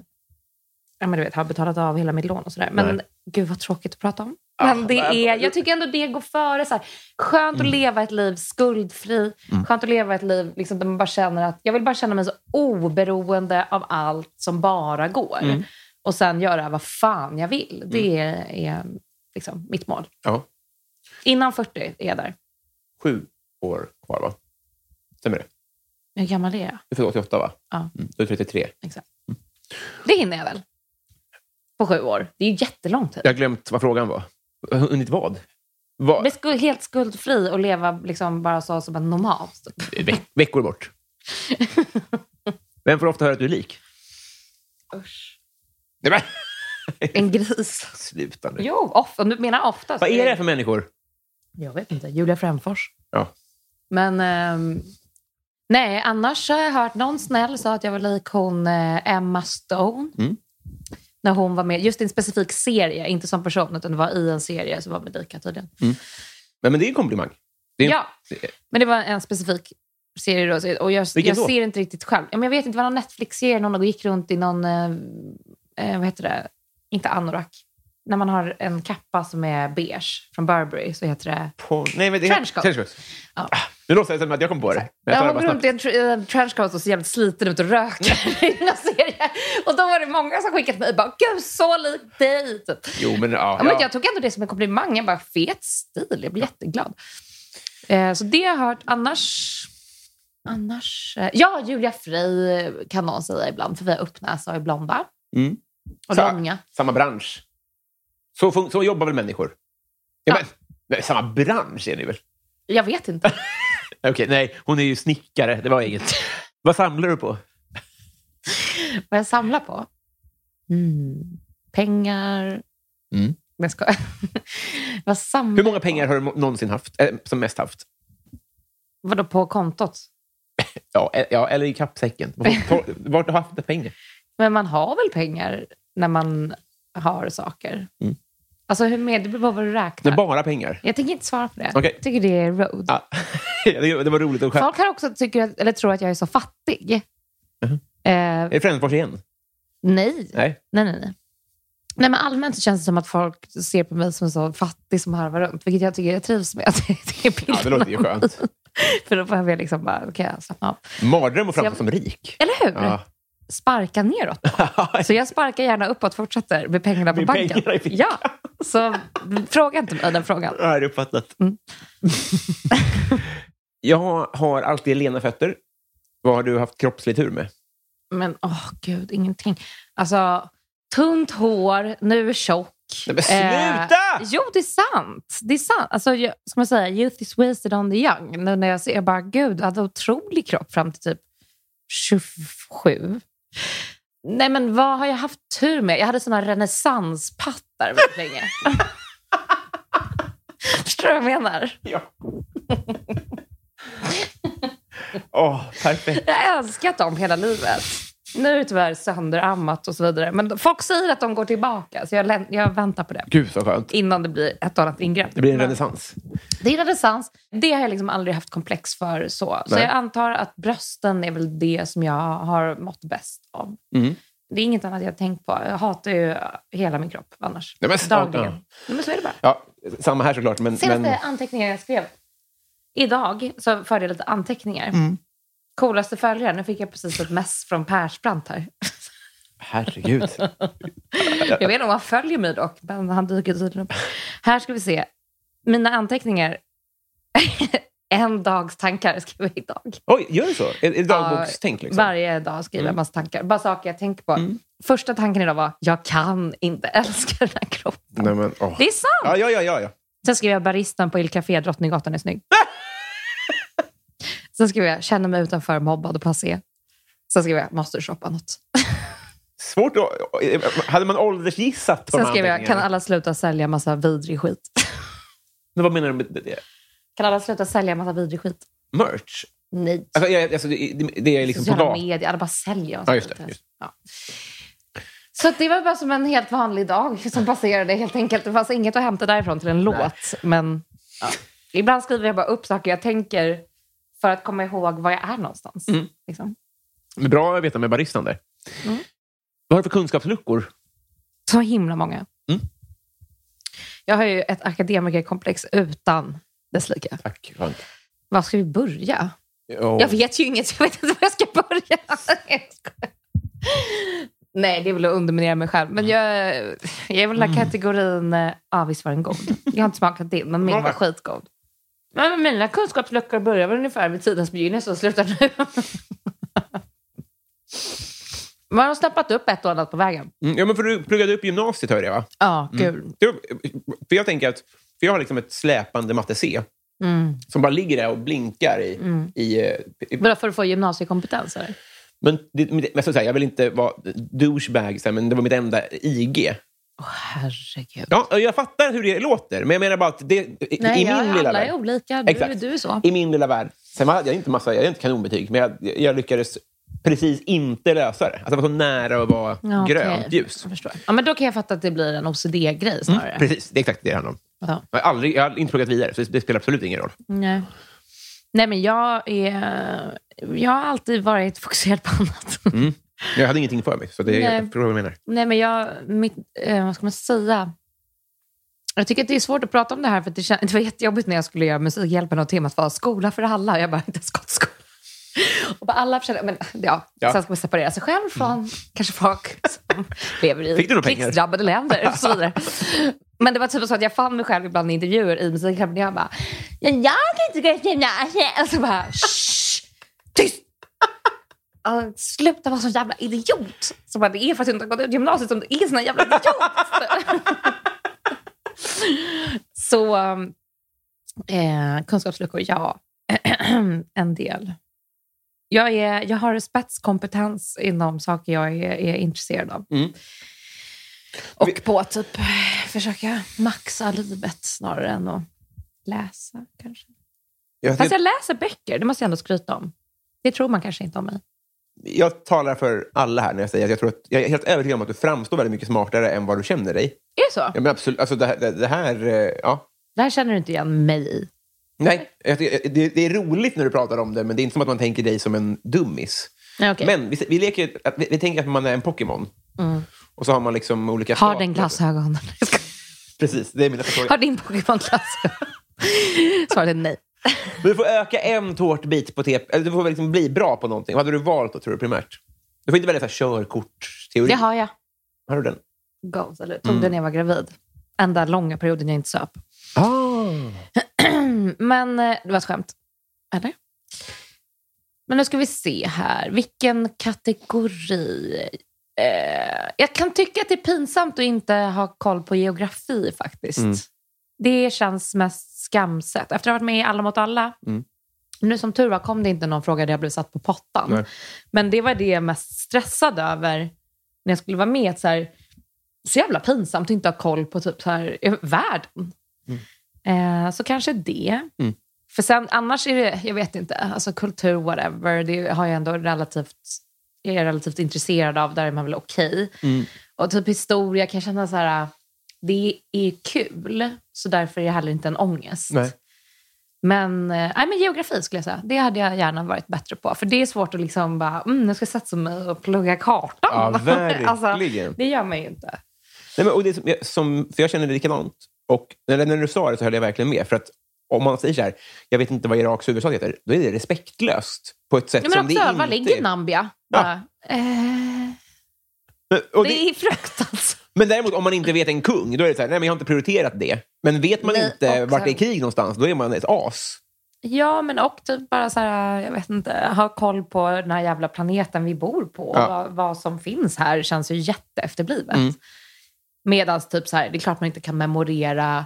ja, men du vet, har betalat av hela mitt lån och sådär. Men Nej. gud vad tråkigt att prata om. Ja, Men det men- alltså, Mm. är, jag tycker ändå det går före. Så här, skönt att leva ett liv skuldfri. Skönt att leva ett liv liksom, där man bara känner att jag vill bara känna mig så oberoende av allt som bara går. Mm. Och sen göra vad fan jag vill. Det är liksom, mitt mål. Ja. Innan 40 är jag där. Sju år kvar, va? Stämmer det? Hur gammal är jag? Du fyller 88, va? Ja. Mm. Du är 33. Exakt. Det hinner jag väl? På sju år. Det är ju jättelång tid. Jag har glömt vad frågan var. Hunnit vad? vad? Bli sku- helt skuldfri och leva liksom bara så som en normal. Typ. Ve- veckor [LAUGHS] bort. Vem får ofta höra att du är lik? Usch. Nej, men, [LAUGHS] En gris. sluta nu. Jo, ofta. Om du menar ofta. så Vad är det för människor? Jag vet inte. Julia Fränfors. Ja. Men... ehm, nej, annars har jag hört någon snäll sa att jag var lik hon eh, Emma Stone. Mm. När hon var med, just i en specifik serie, inte som person, utan det var i en serie som var med Dika tydligen. Nej, men det är en komplimang. Det är en... Ja. Men det var en specifik serie då. så- Och jag, Vilken jag då? ser inte riktigt själv. Ja, men jag vet inte, det var någon Netflix-serie någon gick runt i någon, eh, eh, vad heter det, inte anorak. När man har en kappa som är beige från Burberry så heter det... På... Nej, men det är... Trenchcoat. Ja. Ah, Nu låter det som att jag kom på det. Men jag tar det Jag var bara runt snabbt. i en tr- en trenchcoat och så jävligt sliten ut och röker [LAUGHS] i den här serien. Och då var det många som skickat mig bara, gud så lik dig! Typ. Jo, men ja. Ja, men jag tog ändå det som en komplimang. Jag bara, fet stil. Jag blev jätteglad. Eh, så det har jag hört. Annars... Annars... Eh, ja, Julia Frey kan någon säga ibland, för vi har uppnäsa och är blonda. Mm. Och Så- långa. Samma bransch. Så, fun- så jobbar väl människor? Ja, Ja. men, nej, samma bransch är ni väl? Jag vet inte. Okej, nej, hon är ju snickare. Det var inget. [LAUGHS] Vad samlar du på? Vad jag samlar på? Mm. Pengar. Mm. Jag skojar. [LAUGHS] Vad samlar Hur många jag på? pengar har du mo- någonsin haft? Eh, som mest haft? Vadå, på kontot? Ja, eh, ja eller i kappsäcken. Vart vart har du haft det pengar? Men man har väl pengar när man har saker. Mm. Alltså hur med, det beror på vad du Det räknar. är bara pengar. Jag tänker inte svara på det. Okej. Jag tycker det är road. Ja. [LAUGHS] det det var roligt att skämta. Folk här också tycker att, eller tror att jag är så fattig. Mhm. Är Eh, det Frändfors igen? nej. Nej. Nej, nej, nej. Nej, men allmänt så känns det som att folk ser på mig som en sån fattig som harvar runt, vilket jag tycker jag trivs med. [LAUGHS] Att det är bilden Ja, det låter ju av mig. skönt. [LAUGHS] För då behöver jag liksom bara, okej, jag slappna av. Mardröm att Så jag- framstå som rik. Eller hur? Ja. Sparka neråt. [LAUGHS] Så jag sparkar gärna uppåt, fortsätter med pengarna på Med banken. pengarna i fickan. ja, så fråga inte mig den frågan. Ja, det är uppfattat. Mm. [LAUGHS] jag har alltid lena fötter. Vad har du haft kroppslig tur med? Men åh gud, ingenting. Alltså, tunt hår, nu är tjock. Eh, Nej, men sluta! jo, det är sant. Det är sant. Alltså, jag, ska man säga, youth is wasted on the young. Nu när jag ser, jag bara, gud, jag hade otrolig kropp fram till typ 27. Nej, men vad har jag haft tur med? Jag hade såna renässanspattar väldigt länge. [LAUGHS] Förstår du vad jag menar? Ja. [LAUGHS] Åh, perfekt. Jag har älskat dem hela livet. Nu är det tyvärr sönderammat och så vidare. Men folk säger att de går tillbaka, så jag, lä- jag väntar på det. Gud, så skönt. Innan det blir ett och annat ingrepp. Det blir en Men- renässans. Det är renässans. Det har jag liksom aldrig haft komplex för. Så Så Nej. jag antar att brösten är väl det som jag har mått bäst av. Mm. Det är inget annat jag har tänkt på. Jag hatar ju hela min kropp annars. Nej, men snart, Dagligen. ja. Nej, men så är det bara. Ja, samma här såklart. Men, Senaste men anteckningar jag skrev. Idag så förde jag lite anteckningar. Coolaste följare. Nu fick jag precis ett mess från Persbrandt här. herregud. Jag vet inte om han följer mig dock, men han dyker tydligen upp. Här ska vi se. Mina anteckningar. [LAUGHS] en dags tankar skriver jag idag. Oj, gör du så? Är är det dagbokstänk? Liksom? Varje dag skriver jag en massa tankar. Bara saker jag tänker på. Första tanken idag var, jag kan inte älska den här kroppen. Nej, men, åh. Det är Ja, sant! ja, ja, ja, ja. Sen skrev jag baristan på Il Café Drottninggatan är [LAUGHS] snygg. Sen skrev jag känner mig utanför, mobbad och passé. Sen skrev jag måste shoppa något. Svårt att... Hade man åldersgissat? på de här Sen skrev jag kan anteckningarna? alla sluta sälja massa vidrig skit. Men Vad menar du med det? [LAUGHS] Kan alla sluta sälja massa vidrig skit? Merch? Nej. Alltså, jag, alltså, det, det- det är liksom på Sociala gatan. medier, alla bara säljer. Ja, just det, just Ja. Så att det var bara som en helt vanlig dag som passerade helt enkelt. Det fanns inget att hämta därifrån till en låt. Men ja. ibland skriver jag bara upp saker jag tänker för att komma ihåg var jag är någonstans. Mm. Liksom. Men Bra att veta med baristan där. Mm. Vad har du för kunskapsluckor? Så himla många. Mm. Jag har ju ett akademikerkomplex utan dess like. Tack. Skönt. Var ska vi börja? Ja. Jag vet ju inget, så jag vet inte var jag ska börja. Jag skojar. Nej, det är väl att underminera mig själv. Men jag, jag är väl den här kategorin, eh, ja visst var den god. Jag har inte smakat din, men min var skitgod. Men mina kunskapsluckor börjar väl ungefär vid tidens begynnelse och slutar nu. Man har snappat upp ett och annat på vägen. Mm, ja, men för du pluggade upp gymnasiet, hörde jag. Va? Ja, gud. Det var- För jag tänker att för jag har liksom ett släpande matte C Mm. som bara ligger där och blinkar. i... i, eh, i Bara för att få gymnasiekompetens? Eller? men det, men det- men så att säga, jag vill inte vara douchebag, så här, men det var mitt enda IG. Åh, herregud. Ja, och jag fattar hur det låter, men jag menar bara att det, i, Nej, i ja, min lilla alla värld... är olika. Du, Exakt. du är så. I min lilla värld. Sen hade jag inte massa, jag hade inte kanonbetyg, men jag, jag lyckades precis inte lösa det. Alltså, jag var så nära att vara Ja, okej. grönt ljus. Mm, Jag förstår. Ja, men då kan jag fatta att det blir en OCD-grej snarare. Precis, det är exakt det det handlar om. Ja. Jag har, aldrig, jag har inte pluggat vidare, så det spelar absolut ingen roll. Nej. Nej, men jag är... Jag har alltid varit fokuserad på [LAUGHS] annat. Jag hade ingenting för mig, så det är, Nej. jag förstår vad du menar. Nej, men jag... Mitt, eh, vad ska man säga? Jag tycker att det är svårt att prata om det här, för att det, kän- det var jättejobbigt när jag skulle göra Musikhjälpen och temat var skola för alla. Och jag bara, [LAUGHS] inte ens gått i skola. Och bara alla försöker, men ja, Ja. sen ska man separera sig själv från kanske folk som [LAUGHS] lever Fick du i några pengar? krigsdrabbade länder och så vidare. Men det var typ så att jag fann mig själv ibland i intervjuer i musikhjälpen. Jag bara, "Ja, jag kan inte gå till gymnasiet. Och så bara, shh, tyst! Ja, sluta vara så jävla idiot. Så bara, det är för att du inte har gått ut gymnasiet som du är en sån här jävla idiot. [LAUGHS] så eh, kunskapsluckor, ja. [CLEARS THROAT] en del. Jag, är, jag har spetskompetens inom saker jag är, är intresserad av. Mm. Och Vi- på att typ försöka maxa livet snarare än att läsa. kanske. Jag, Fast jag, jag läser böcker, det måste jag ändå skryta om. Det tror man kanske inte om mig. jag talar för alla här när jag säger att jag, tror att, jag är helt övertygad om att du framstår väldigt mycket smartare än vad du känner dig. Är det så? Ja, men absolut, alltså det, här- det, det här... eh, Ja. Det här känner du inte igen mig i. Nej, jag tycker- jag- det, det är roligt när du pratar om det, men det är inte som att man tänker dig som en dummis. Nej, okej. Men vi, vi, leker, ju att- vi, vi tänker att man är en Pokémon. Mm. Och så har man liksom olika... Har stadier. den glasögon? Precis, det är mina förslag. [LAUGHS] Har din Pokémon glasögon? Svaret är nej. Du får öka en tårtbit på TP. Eller du får väl liksom bli bra på någonting. Vad hade du valt då, tror du, primärt? Du får inte välja så här körkortsteori. Det har jag. Har du den? Goals, eller tog den när jag var gravid. Enda långa perioden jag inte söp. [CLEARS THROAT] Men eh, det var ett skämt. Eller? Men nu ska vi se här. Vilken kategori? Eh, jag kan tycka att det är pinsamt att inte ha koll på geografi faktiskt. Mm. Det känns mest skamset. Efter att ha varit med i Alla mot alla, Mm. nu som tur var kom det inte någon fråga där jag blev satt på pottan. Nej. Men det var det jag mest stressade över när jag skulle vara med. att Så, här, så jävla pinsamt att inte ha koll på typ så här, eh, världen. Eh, så kanske det. Mm. För sen annars är det, jag vet inte, alltså kultur, whatever, det har jag ändå relativt, jag är relativt intresserad av, där är man väl okej. Mm. Och typ historia kan jag känna så här, det är kul, så därför är det heller inte en ångest. Nej. Men, eh, nej, men geografi skulle jag säga, det hade jag gärna varit bättre på. För det är svårt att liksom bara, mm, nu ska jag sätta mig och plugga [LAUGHS] kartan. Alltså, Ja, verkligen. det gör man ju inte. Nej, men, och det är som, jag- som, för jag känner det likadant. Och när, när du sa det så höll jag verkligen med. För att om man säger så här, jag vet inte vad Iraks huvudstad heter, då är det respektlöst på ett sätt Ja, men som det också, inte var ligger Nambia? Ja. Bara, eh, Men, och det, det är fruktansvärt. men däremot om man inte vet en kung, då är det så här, nej men jag har inte prioriterat det. Men vet man Nej, inte och vart det är sen- krig någonstans, då är man ett as. Ja, men och typ bara så här, jag vet inte, ha koll på den här jävla planeten vi bor på. Ja. Vad, vad som finns här känns ju jätteefterblivet. Mm. Medan typ så här, det är klart man inte kan memorera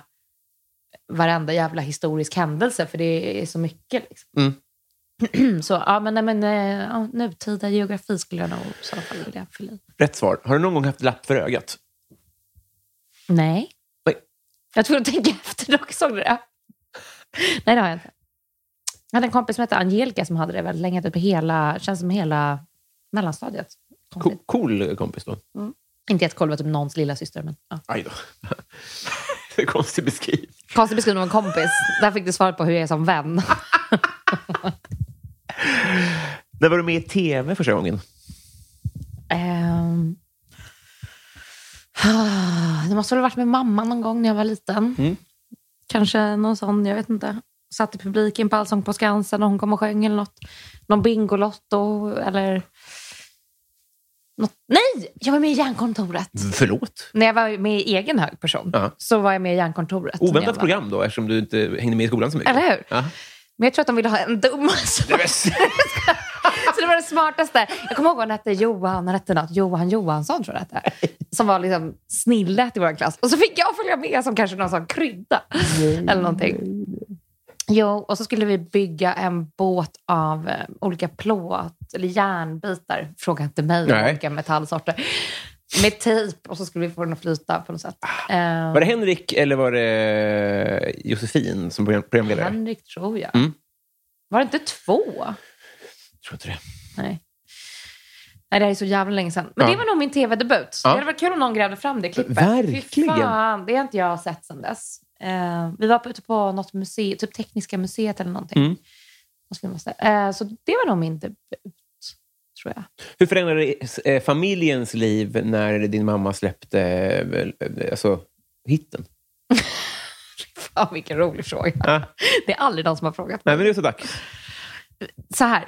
varenda jävla historisk händelse, för det är så mycket. Liksom. Mm. [CLEARS THROAT] så ja, men, nej, men eh, ja, nutida geografi skulle jag nog i så fall vilja fylla i. Rätt svar. Har du någon gång haft lapp för ögat? Nej. Oj. Jag tror att tänka efter dock. Såg du det? Nej, det har jag inte. Jag hade en kompis som hette Angelica som hade det väldigt länge. Typ hela, känns som hela mellanstadiet. Co- Cool. Cool kompis då. Inte jättekoll, det var typ någons lilla syster. Men, ja. Aj då. [LAUGHS] Det är konstig beskrivning. Konstig beskrivning av en kompis. Där fick du svaret på hur jag är som vän. När var du med i tv första gången? Ehm. Ah, Det måste väl ha varit med mamma någon gång när jag var liten. Mm. Kanske någon sån, jag vet inte. Satt i publiken på Allsång på Skansen och hon kom och sjöng eller något. Någon Bingolotto eller... Något. Nej! Jag var med i Järnkontoret. Förlåt? När jag var med i egen hög person Mm. Ja. så var jag med i Järnkontoret. när jag Oväntat var- program då, eftersom du inte hängde med i skolan så mycket. Eller hur? Ja. Men jag tror att de ville ha en dum [LAUGHS] som Nej, men- [LAUGHS] Så det var det smartaste. Jag kommer ihåg hon hette Johan, han hette något, Johan Johansson tror jag det hette. Som var liksom snillet i vår klass. Och så fick jag följa med som kanske någon sån krydda. Eller någonting. Jo, och så skulle vi bygga en båt av eh, olika plåt eller järnbitar. Fråga inte mig om Nej. olika metallsorter. Med tejp och så skulle vi få den att flyta på något sätt. Eh, Ah, Var det Henrik eller var det Josefin som program- programledare? Henrik tror jag. Mm. Var det inte två? Jag tror inte det. Nej. Nej, det här är så jävla länge sedan. Men Ja. det var nog min tv-debut. Ja. Det hade varit kul om någon grävde fram det klippet. Fy Verkligen. fan, det har inte jag sett sedan dess. Eh, vi var på- ute på något museum, typ Tekniska museet eller någonting. Mm. Och filmades där. Eh, så det var nog min debut, tror jag. [LAUGHS] Hur förändrade eh, familjens liv när din mamma släppte eh, väl, eh, alltså, hitten? Fan, vilken rolig fråga. Ja. [LAUGHS] Det är aldrig någon som har frågat Nej, men det är så dags. Så här,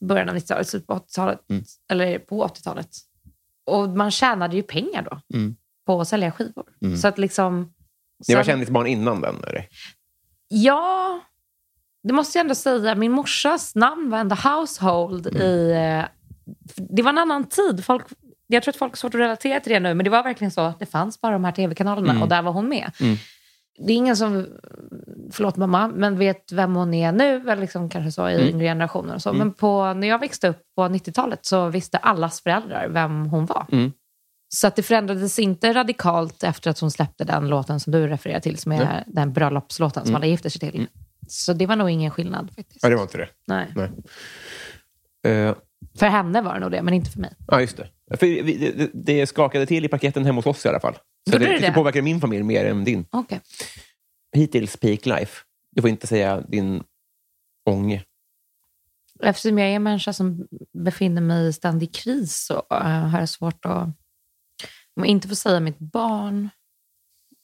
början av 90-talet, slutet på 80-talet, Mm. eller på 80-talet. Och man tjänade ju pengar då Mm. på att sälja skivor. Mm. Så att liksom... Ni var sen- kändisbarn innan den? Eller? Ja, det måste jag ändå säga. Min morsas namn var ändå household Mm. i... eh, Det var en annan tid. Folk, jag tror att folk har svårt att relatera till det nu, men det var verkligen så. Det fanns bara de här tv-kanalerna och där var hon med. Mm. Det är ingen som, förlåt mamma, men vet vem hon är nu, eller liksom kanske så i Mm. yngre generationer och så. Men på, när jag växte upp på 90-talet så visste allas föräldrar vem hon var. Mm. Så att det förändrades inte radikalt efter att hon släppte den låten som du refererar till, som är den bröllopslåten som alla gifter sig till. Så det var nog ingen skillnad Mm. faktiskt. Ja, det var inte det. Nej. Nej. Eh, För henne var det nog det, men inte för mig. Ja, just det. För vi- det, det skakade till i paketen hemma hos oss i alla fall. Så Gjorde det, det det? påverkar min familj mer än din. Okej. Hittills peak life. Du får inte säga din ånge. Eftersom jag är en människa som befinner mig i ständig kris så eh, har jag svårt att... Om jag inte får säga mitt barn...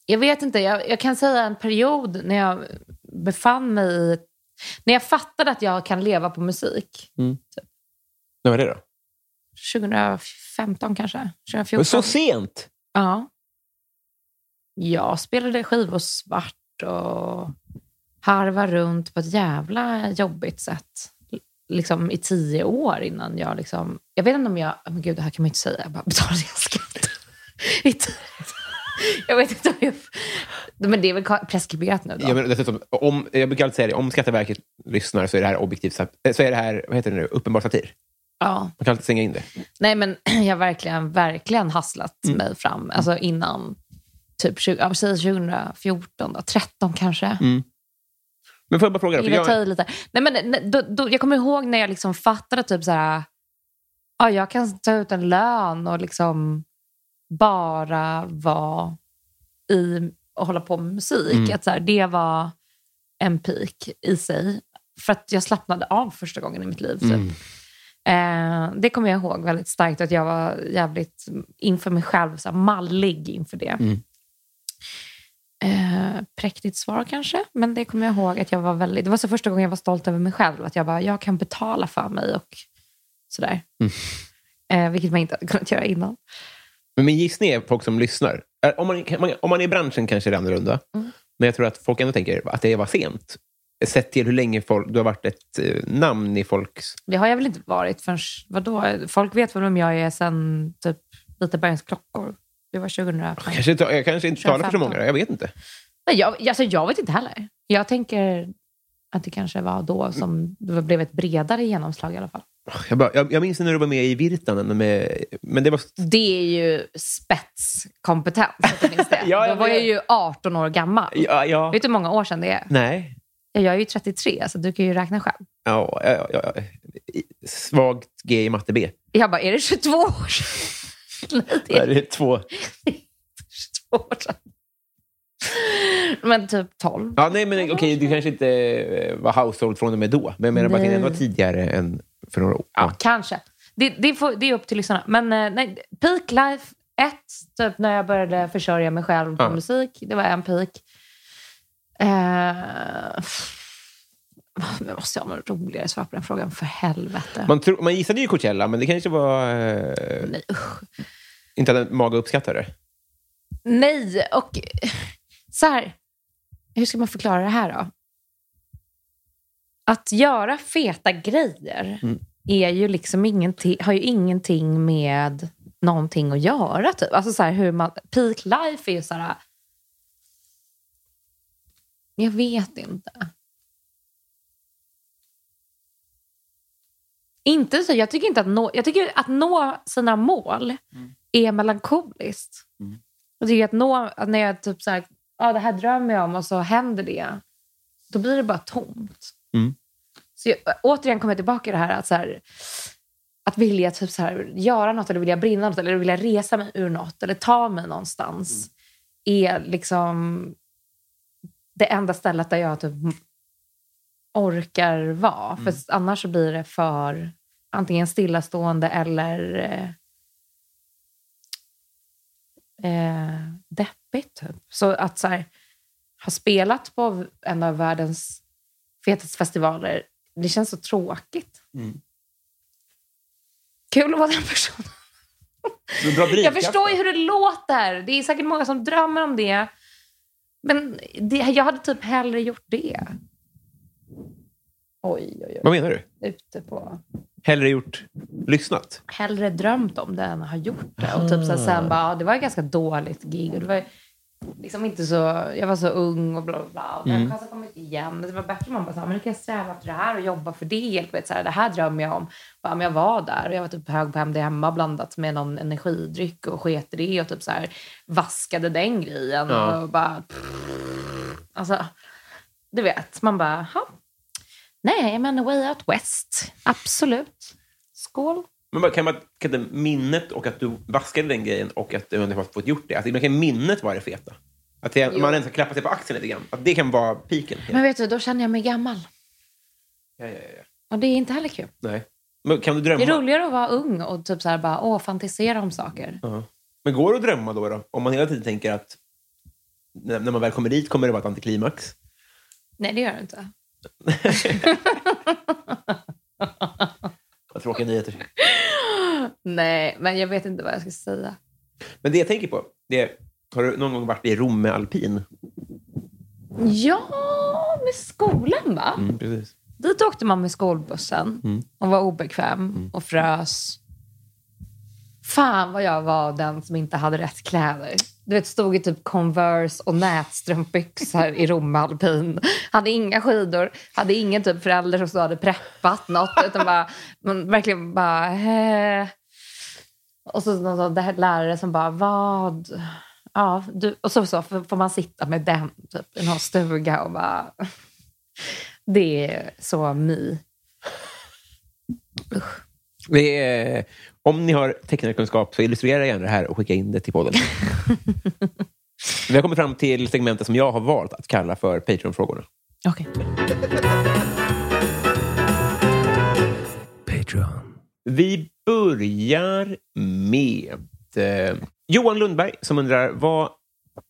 Jag vet inte. Jag, jag kan säga en period när jag befann mig i... När jag fattade att jag kan leva på musik. När var det då? 2015 kanske? Det var 2014? så sent! Ja. Jag spelade skivor svart och harva runt på ett jävla jobbigt sätt. L- Liksom i tio år innan jag liksom... Jag vet inte om jag... Men gud, det här kan man ju inte säga. Jag bara betalar jag skatt. [LAUGHS] I tio- jag vet inte om jag... Men det är väl ka- preskriberat nu då? Jag, menar, dessutom, om, jag brukar alltid säga det, om Skatteverket lyssnar så är det här objektivt sat- eh, så är det här, vad heter det nu, uppenbar satir. Ja. Man kan alltid slänga in det. Nej, men [CLEARS THROAT] jag har verkligen, verkligen hasslat mig fram. Alltså innan typ 20, ja, säg 2014, då, 13 kanske. Men får jag bara fråga? Då, för Jag vill ta jag, i lite. Nej, men, nej, då, då, jag kommer ihåg när jag liksom fattade typ så här, ja, jag kan ta ut en lön och liksom bara vara i och hålla på med musik. Mm. Att så här, det var en peak i sig. För att jag slappnade av första gången i mitt liv. Typ. Mm. Eh, det kommer jag ihåg väldigt starkt, att jag var jävligt inför mig själv så här, mallig inför det. Mm. Eh, präktigt svar kanske, men det kommer jag ihåg att jag var väldigt... Det var så första gången jag var stolt över mig själv, att jag bara, jag kan betala för mig och sådär. Mm. Eh, vilket man inte hade kunnat göra innan. men min gissning är folk som lyssnar. Eh, Om man, kan- man- om man är i branschen kanske det är annorlunda. Mm. Men jag tror att folk ändå tänker att det var sent. Sett till hur länge folk, du har varit ett eh, namn i folks... Det har jag väl inte varit förrän... Vadå? Folk vet väl vem jag är sen typ Vita bergens klockor. Det var 2005. Kanske, inte- jag kanske inte talar för så 25. många. Jag vet inte. Nej, jag, alltså, jag vet inte heller. Jag tänker att det kanske var då som det blev ett bredare genomslag i alla fall. Jag, bara, jag, jag minns när du var med i Virtanen. Med, men det var... Det är ju spetskompetens, att jag minns det. [LAUGHS] Ja, då jag var jag vet. ju 18 år gammal. Ja, ja. Vet du hur många år sedan det är? Nej. Ja, Jag är ju 33, så du kan ju räkna själv. Ja, ja, ja, ja. I- Svagt G i matte B. Jag bara, är det 22 år sedan? [LAUGHS] Nej, det Det är är två. 22 år sedan. Men typ 12. Ja, nej, men okej, du kanske inte eh, var household från och med då. Men jag menar bara att det Nej. ändå var tidigare än för några år. Ja. Kanske. Det, det, får, det är upp till lyssnarna. Men eh, nej, peak life, ett, typ när jag började försörja mig själv på Ja. musik. Det var en peak. Eh, [LAUGHS] nu måste jag ha något roligare svar på den frågan, för helvete. Man, tror- man gissade ju Coachella, men det kanske var... Eh, Nej, usch. inte hade mage att uppskatta det. Nej, och så här. Hur ska man förklara det här då? Att göra feta grejer är ju liksom ingenting, har ju ingenting med någonting att göra. Typ. Alltså så här, hur man, peak life är ju så här... Jag vet inte. Inte så, jag tycker inte att nå, jag tycker att nå sina mål är melankoliskt. Jag tycker att nå, att när jag typ så här, ja det här drömmer jag om och så händer det. då blir det bara tomt. Mm. Så jag, återigen kommer jag tillbaka till det här att, så här, att vilja typ så här, göra något eller vilja brinna något eller vilja resa mig ur något eller ta mig någonstans är liksom det enda stället där jag typ orkar vara. För annars så blir det för antingen stillastående eller eh, eh, deppigt. Typ. Så att så här, ha spelat på en av världens fetaste festivaler, det känns så tråkigt. Mm. Kul att vara den personen. Men Bra Jag drivkraft. förstår ju hur det låter. Det är säkert många som drömmer om det. Men det, jag hade typ hellre gjort det. Oj, oj, oj. Vad menar du? Ute på... Hellre gjort lyssnat? Hellre drömt om det än har gjort det. Och typ så här, sen bara, ja, det var ett ganska dåligt gig. Och det var ju liksom inte så... Jag var så ung och bla, bla, bla. Och Den chansen kom inte igen. Det var bättre om man bara sa, men nu kan jag sträva efter det här och jobba för det. Eller, vet, så här, det här drömmer jag om. Bara, men jag var där och jag var typ hög på MDMA hemma blandat med någon energidryck och sket i det och typ så här, vaskade den grejen. Ja. Och bara... Alltså, du vet, man bara, "Ha, nej men way out west. Absolut. Skål. Men bara, kan man kan det minnet och att du vaskade den grejen och att du har fått gjort det, att ibland kan minnet vara det feta? Att det, Jo. man ens har klappat sig på axeln lite grann. Att det kan vara piken. Men vet du, då känner jag mig gammal. Ja, ja, ja, ja. Och det är inte heller kul. Nej. Men kan du Det drömma? är roligare att vara ung och typ så här bara, åh, fantisera om saker. Ja. Men går det att drömma då, då? Om man hela tiden tänker att när, när man väl kommer dit kommer det vara ett antiklimax. Nej, det gör det inte. Vad tråkiga nyheter. Nej, men jag vet inte vad jag ska säga. Men det jag tänker på, det är, har du någon gång varit i Rom med alpin? Ja, med skolan va? Mm, precis. Dit åkte man med skolbussen Mm. och var obekväm och frös. Fan vad jag var den som inte hade rätt kläder. Du vet, stod i typ Converse och nätstrumpbyxor i Rom alpin. Hade inga skidor, hade ingen typ förälder som så hade preppat något. Utan bara, man verkligen bara... Eh. Och så någon sån där lärare som bara, vad? Ja, du. Och så, så får får man sitta med den typ, i någon stuga och bara... Det är så my. Det är, eh, om ni har tecknarkunskap så illustrera gärna det här och skicka in det till podden. Vi har kommit fram till segmentet som jag har valt att kalla för Patreon-frågorna. Okej. Vi börjar med eh, Johan Lundberg som undrar vad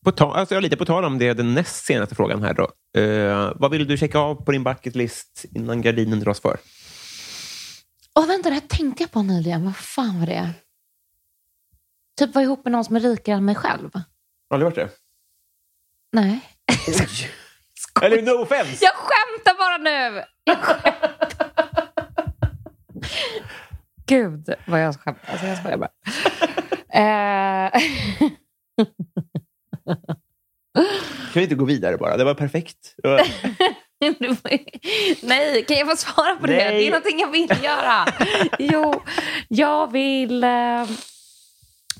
på ta, alltså jag är lite på tal om det, den näst senaste frågan här då. Eh, vad vill du checka av på din bucketlist innan gardinen dras för? Åh, vänta, det här tänkte jag på nyligen. Vad fan var det? Typ vara ihop med någon som är rikare än mig själv. Har aldrig varit det? Nej. Eller no offense! Jag skämtar bara nu! Jag skämtar. Gud, vad jag skämtar. Alltså, jag skojar bara. Eh, [LAUGHS] Kan vi inte gå vidare bara? Det var perfekt. Det var- Du får- Nej, kan jag få svara på det? Nej. Det är någonting jag vill göra. Jo, jag vill... eh,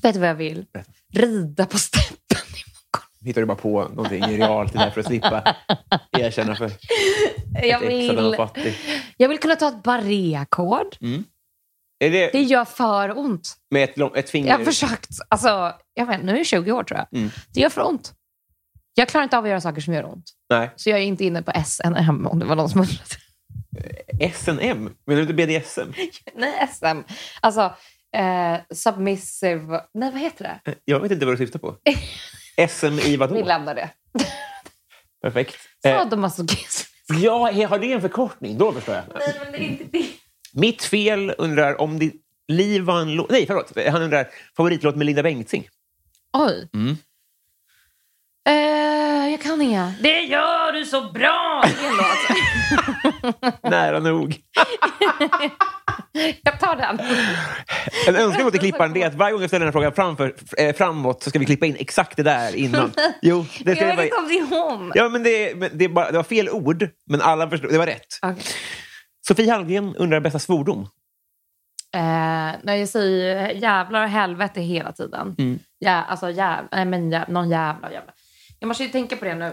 Vet du vad jag vill? Rida på steppen. Hittar du bara på någonting i realtid här för att slippa erkänna för Jag ett ex att den var vill, fattig. jag vill kunna ta ett barréackord. Mm. Är Det det gör för ont. med ett, lång, ett finger? Jag har försökt. Alltså, jag vet, nu är jag 20 år tror jag. Mm. Det gör för ont. Jag klarar inte av att göra saker som gör ont. Nej. Så jag är inte inne på SNM om det var någon som undrade. [LAUGHS] SNM? Menar du inte BDSM? Nej, SM. Alltså, eh, submissive... Nej, vad heter det? Jag vet inte vad du syftar på. SM i vadå? Vi lämnar det. Perfekt. oh. Eh, Sadomasochism. ja, he- har det en förkortning? Då förstår jag. [LAUGHS] Nej, men det är inte det. Mitt fel undrar om ditt liv var en låt... Nej, förlåt. Han undrar favoritlåt med Linda Bengtzing. Oj. Mm. Eh, jag kan inga. Det gör du så bra! Det är en låt. Nära nog. [LAUGHS] jag tar den. En önskan till klipparen det är att varje gång jag ställer den här frågan framför, eh, framåt så ska vi klippa in exakt det där [LAUGHS] innan. Jo, det ska jag jag vet bara... inte om det är hon. Ja, men det, men det, är bara, det var fel ord, men alla förstod. Det var rätt. Okej. Sofie Hallgren undrar bästa svordom. Eh, nej, jag säger ju jävlar och helvete hela tiden. Mm. Ja, alltså jäv, nej, men jäv, någon jävla jävla. Jag måste ju tänka på det nu.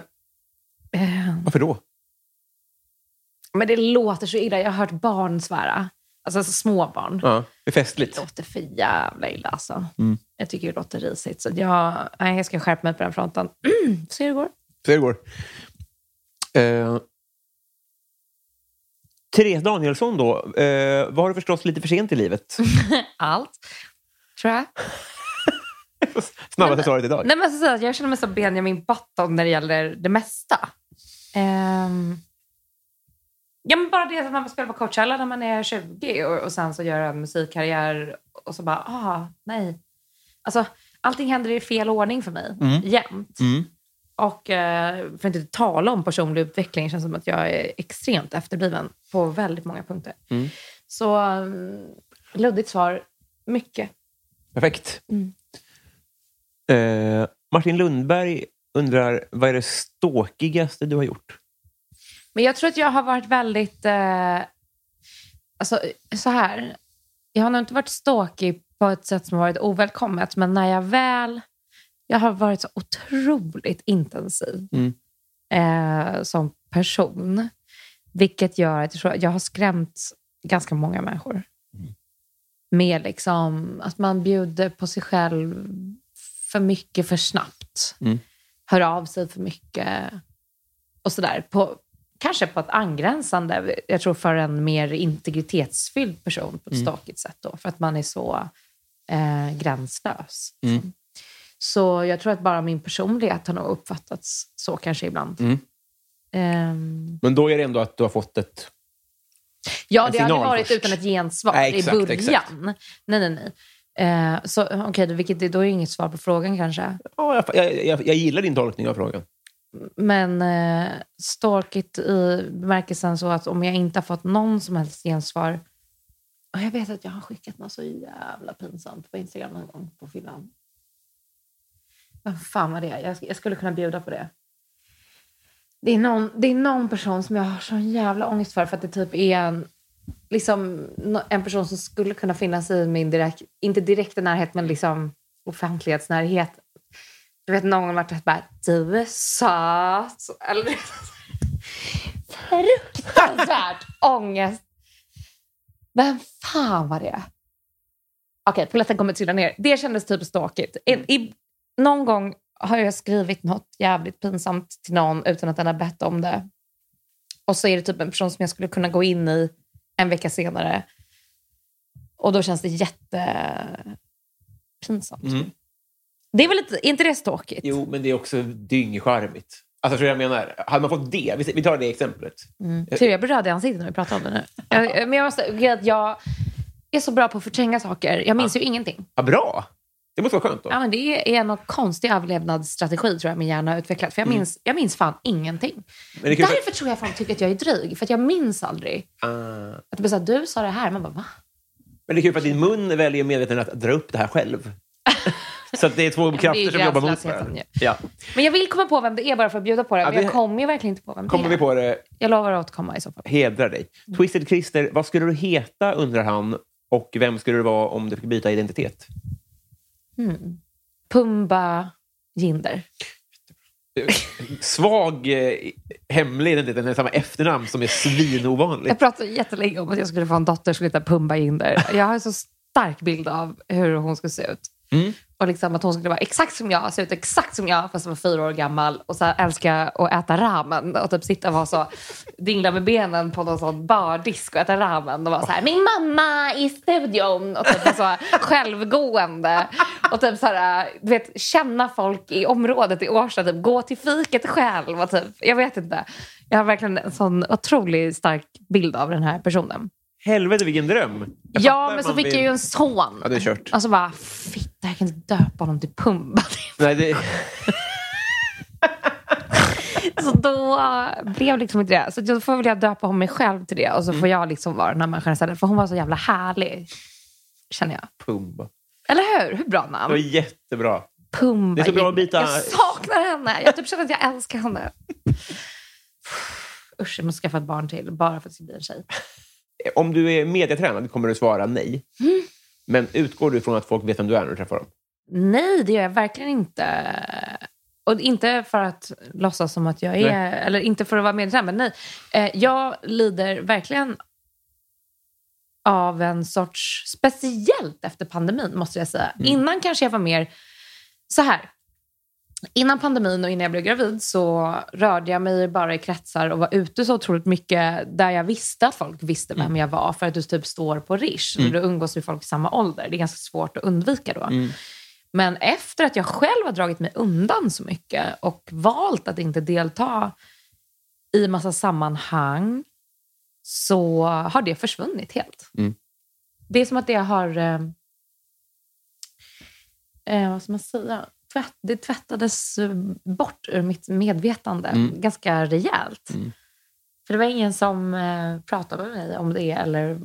Eh, Varför då? Men det låter så illa. Jag har hört barn svära. Alltså små barn. Ja, det är Det festligt. låter för jävla illa alltså. Mm. Jag tycker det låter risigt. Så att jag, nej, jag ska skärpa mig på den fronten. [CLEARS THROAT] Se hur det går. Så det går. Eh, Therese Danielsson då, eh, var du förstås lite för sent i [LAUGHS] livet? Allt. Tror jag. Snabbaste svaret idag. Nej, men så, så, här, jag känner mig som Benjamin Button när det gäller det mesta. Ehm. ja, men bara det att man spelar på Coachella när man är 20 och, och sen så gör en musikkarriär och så bara, ah, nej. Alltså, allting händer i fel ordning för mig Mm. jämt. Mm. Och eh, för att inte tala om personlig utveckling, det känns som att jag är extremt efterbliven på väldigt många punkter. Mm. Så mm, luddigt svar, mycket. Perfekt. Mm. Eh, Martin Lundberg undrar, vad är det ståkigaste du har gjort? Men jag tror att jag har varit väldigt... Eh, alltså, så här. Jag har nog inte varit stalkig på ett sätt som har varit ovälkommet, men när jag väl... Jag har varit så otroligt intensiv Mm. eh, som person. Vilket gör att jag, tror, jag har skrämt ganska många människor. Mm. Med liksom att man bjuder på sig själv för mycket för snabbt. Mm. Hör av sig för mycket och sådär. På, kanske på ett angränsande, jag tror för en mer integritetsfylld person på ett Mm. stakigt sätt då, för att man är så eh, gränslös. liksom. Mm. Så jag tror att bara min personlighet har nog uppfattats så kanske ibland. Mm. Ehm, Men då är det ändå att du har fått ett... ja, En det har aldrig final varit först. utan ett gensvar Nej, i exakt, början. exakt. Nej, nej, nej. Eh, så okej, då, vilket, då är det inget svar på frågan kanske. Ja, jag, jag, jag, jag gillar din tolkning av frågan. Men eh, stalkigt i bemärkelsen så att om jag inte har fått någon som helst gensvar. Och jag vet att jag har skickat något så jävla pinsamt på Instagram någon gång på fyllan. Vem fan var det? Jag, jag skulle kunna bjuda på det. Det är, någon, det är någon person som jag har sån jävla ångest för. För att det typ är en, liksom, nå- en person som skulle kunna finnas i min direkt, inte direkta närhet, men liksom offentlighetsnärhet. Du vet någon har varit bara, du är söt. Eller, fruktansvärt ångest. Vem fan var det? Okej, polletten kommer trilla ner. Det kändes typ stakigt. I, i, någon gång har jag skrivit något jävligt pinsamt till någon utan att den har bett om det. Och så är det typ en person som jag skulle kunna gå in i en vecka senare. Och då känns det jättepinsamt. Mm. Det är väl lite, är inte det stalkigt? Jo, men det är också dyngcharmigt. Alltså, förstår du vad jag menar? Hade man fått det, vi- vi tar det exemplet. Eh, Mm. Tur jag blir röd i ansiktet när vi pratar om det [LAUGHS] nu. Jag, men jag, måste, grejen är att jag är så bra på att förtränga saker. Jag minns ju ingenting. Ja, bra! Det måste vara skönt då. Ja, men det är någon konstig överlevnadsstrategi tror jag min hjärna har utvecklat. För jag minns, jag minns fan ingenting. Mm. Men det är kul för- Därför tror jag folk tycker att jag är dryg. För att jag minns aldrig. Ah. Att det blir så här, du sa det här. Man bara, va? Men det är kul för att din mun väljer medveten att dra upp det här själv. [LAUGHS] Så att det är två är krafter som jobbar mot gränslösheten varandra. ju. Ja. Men jag vill komma på vem det är bara för att bjuda på det. Ja, Men det- jag kommer ju verkligen inte på vem Kommer det är. vi på det, Jag lovar att återkomma i så fall. hedrar dig. Mm. Twisted Christer, vad skulle du heta undrar han och vem skulle du vara om du fick byta identitet? Mm. Pumba Jinder. Svag, eh, hemlig identitet, med samma efternamn som är svinovanligt. Jag pratade jättelänge om att jag skulle få en dotter som heter Pumba Jinder. Jag har en så stark bild av hur hon skulle se ut. Mm. Och liksom att hon skulle vara exakt som jag, se ut exakt som jag, fast hon var fyra år gammal. Och så här älska att äta ramen och typ sitta och vara så, dingla med benen på någon sån bardisk och äta ramen. Och vara så här, min mamma i studion! Och typ vara så här, självgående. Och typ så här, du vet, känna folk i området i Årsta, typ gå till fiket själv. Och typ, jag vet inte. Jag har verkligen en sån otroligt stark bild av den här personen. Helvete vilken dröm! Jag Ja, fattar men att så man fick vill- jag ju en son. Ja, det är kört. Alltså bara, fitta, jag kan inte döpa honom till Pumba. [LAUGHS] Nej, det... så då blev liksom inte det. Så då får väl jag döpa om mig själv till det och så Mm. får jag liksom vara den här människan istället. För hon var så jävla härlig, känner jag. Pumba. Eller hur? Hur bra Det var namn? jättebra. Pumba. Det är så bra att byta- Jag saknar henne. Jag typ känner att jag [LAUGHS] älskar henne. Usch, jag måste skaffa ett barn till bara för att det ska bli en tjej. Eh, Om du är medietränad kommer du svara nej. Mm. Men utgår du från att folk vet vem du är när du träffar dem? Nej, det gör jag verkligen inte. Och inte för att låtsas som att jag är, eller inte för att vara medveten, men nej. Eh, jag lider verkligen av en sorts, speciellt efter pandemin måste jag säga. Innan kanske jag var mer så här. Innan pandemin och innan jag blev gravid så rörde jag mig bara i kretsar och var ute så otroligt mycket där jag visste att folk visste vem jag var. För att du typ står på Rish och du umgås med folk i samma ålder. Det är ganska svårt att undvika då. Men efter att jag själv har dragit mig undan så mycket och valt att inte delta i massa sammanhang så har det försvunnit helt. Mm. Det är som att det har... Eh, eh, vad ska man säga? Tvätt, det tvättades eh, bort ur mitt medvetande Mm. ganska rejält. Mm. För det var ingen som eh, pratade med mig om det eller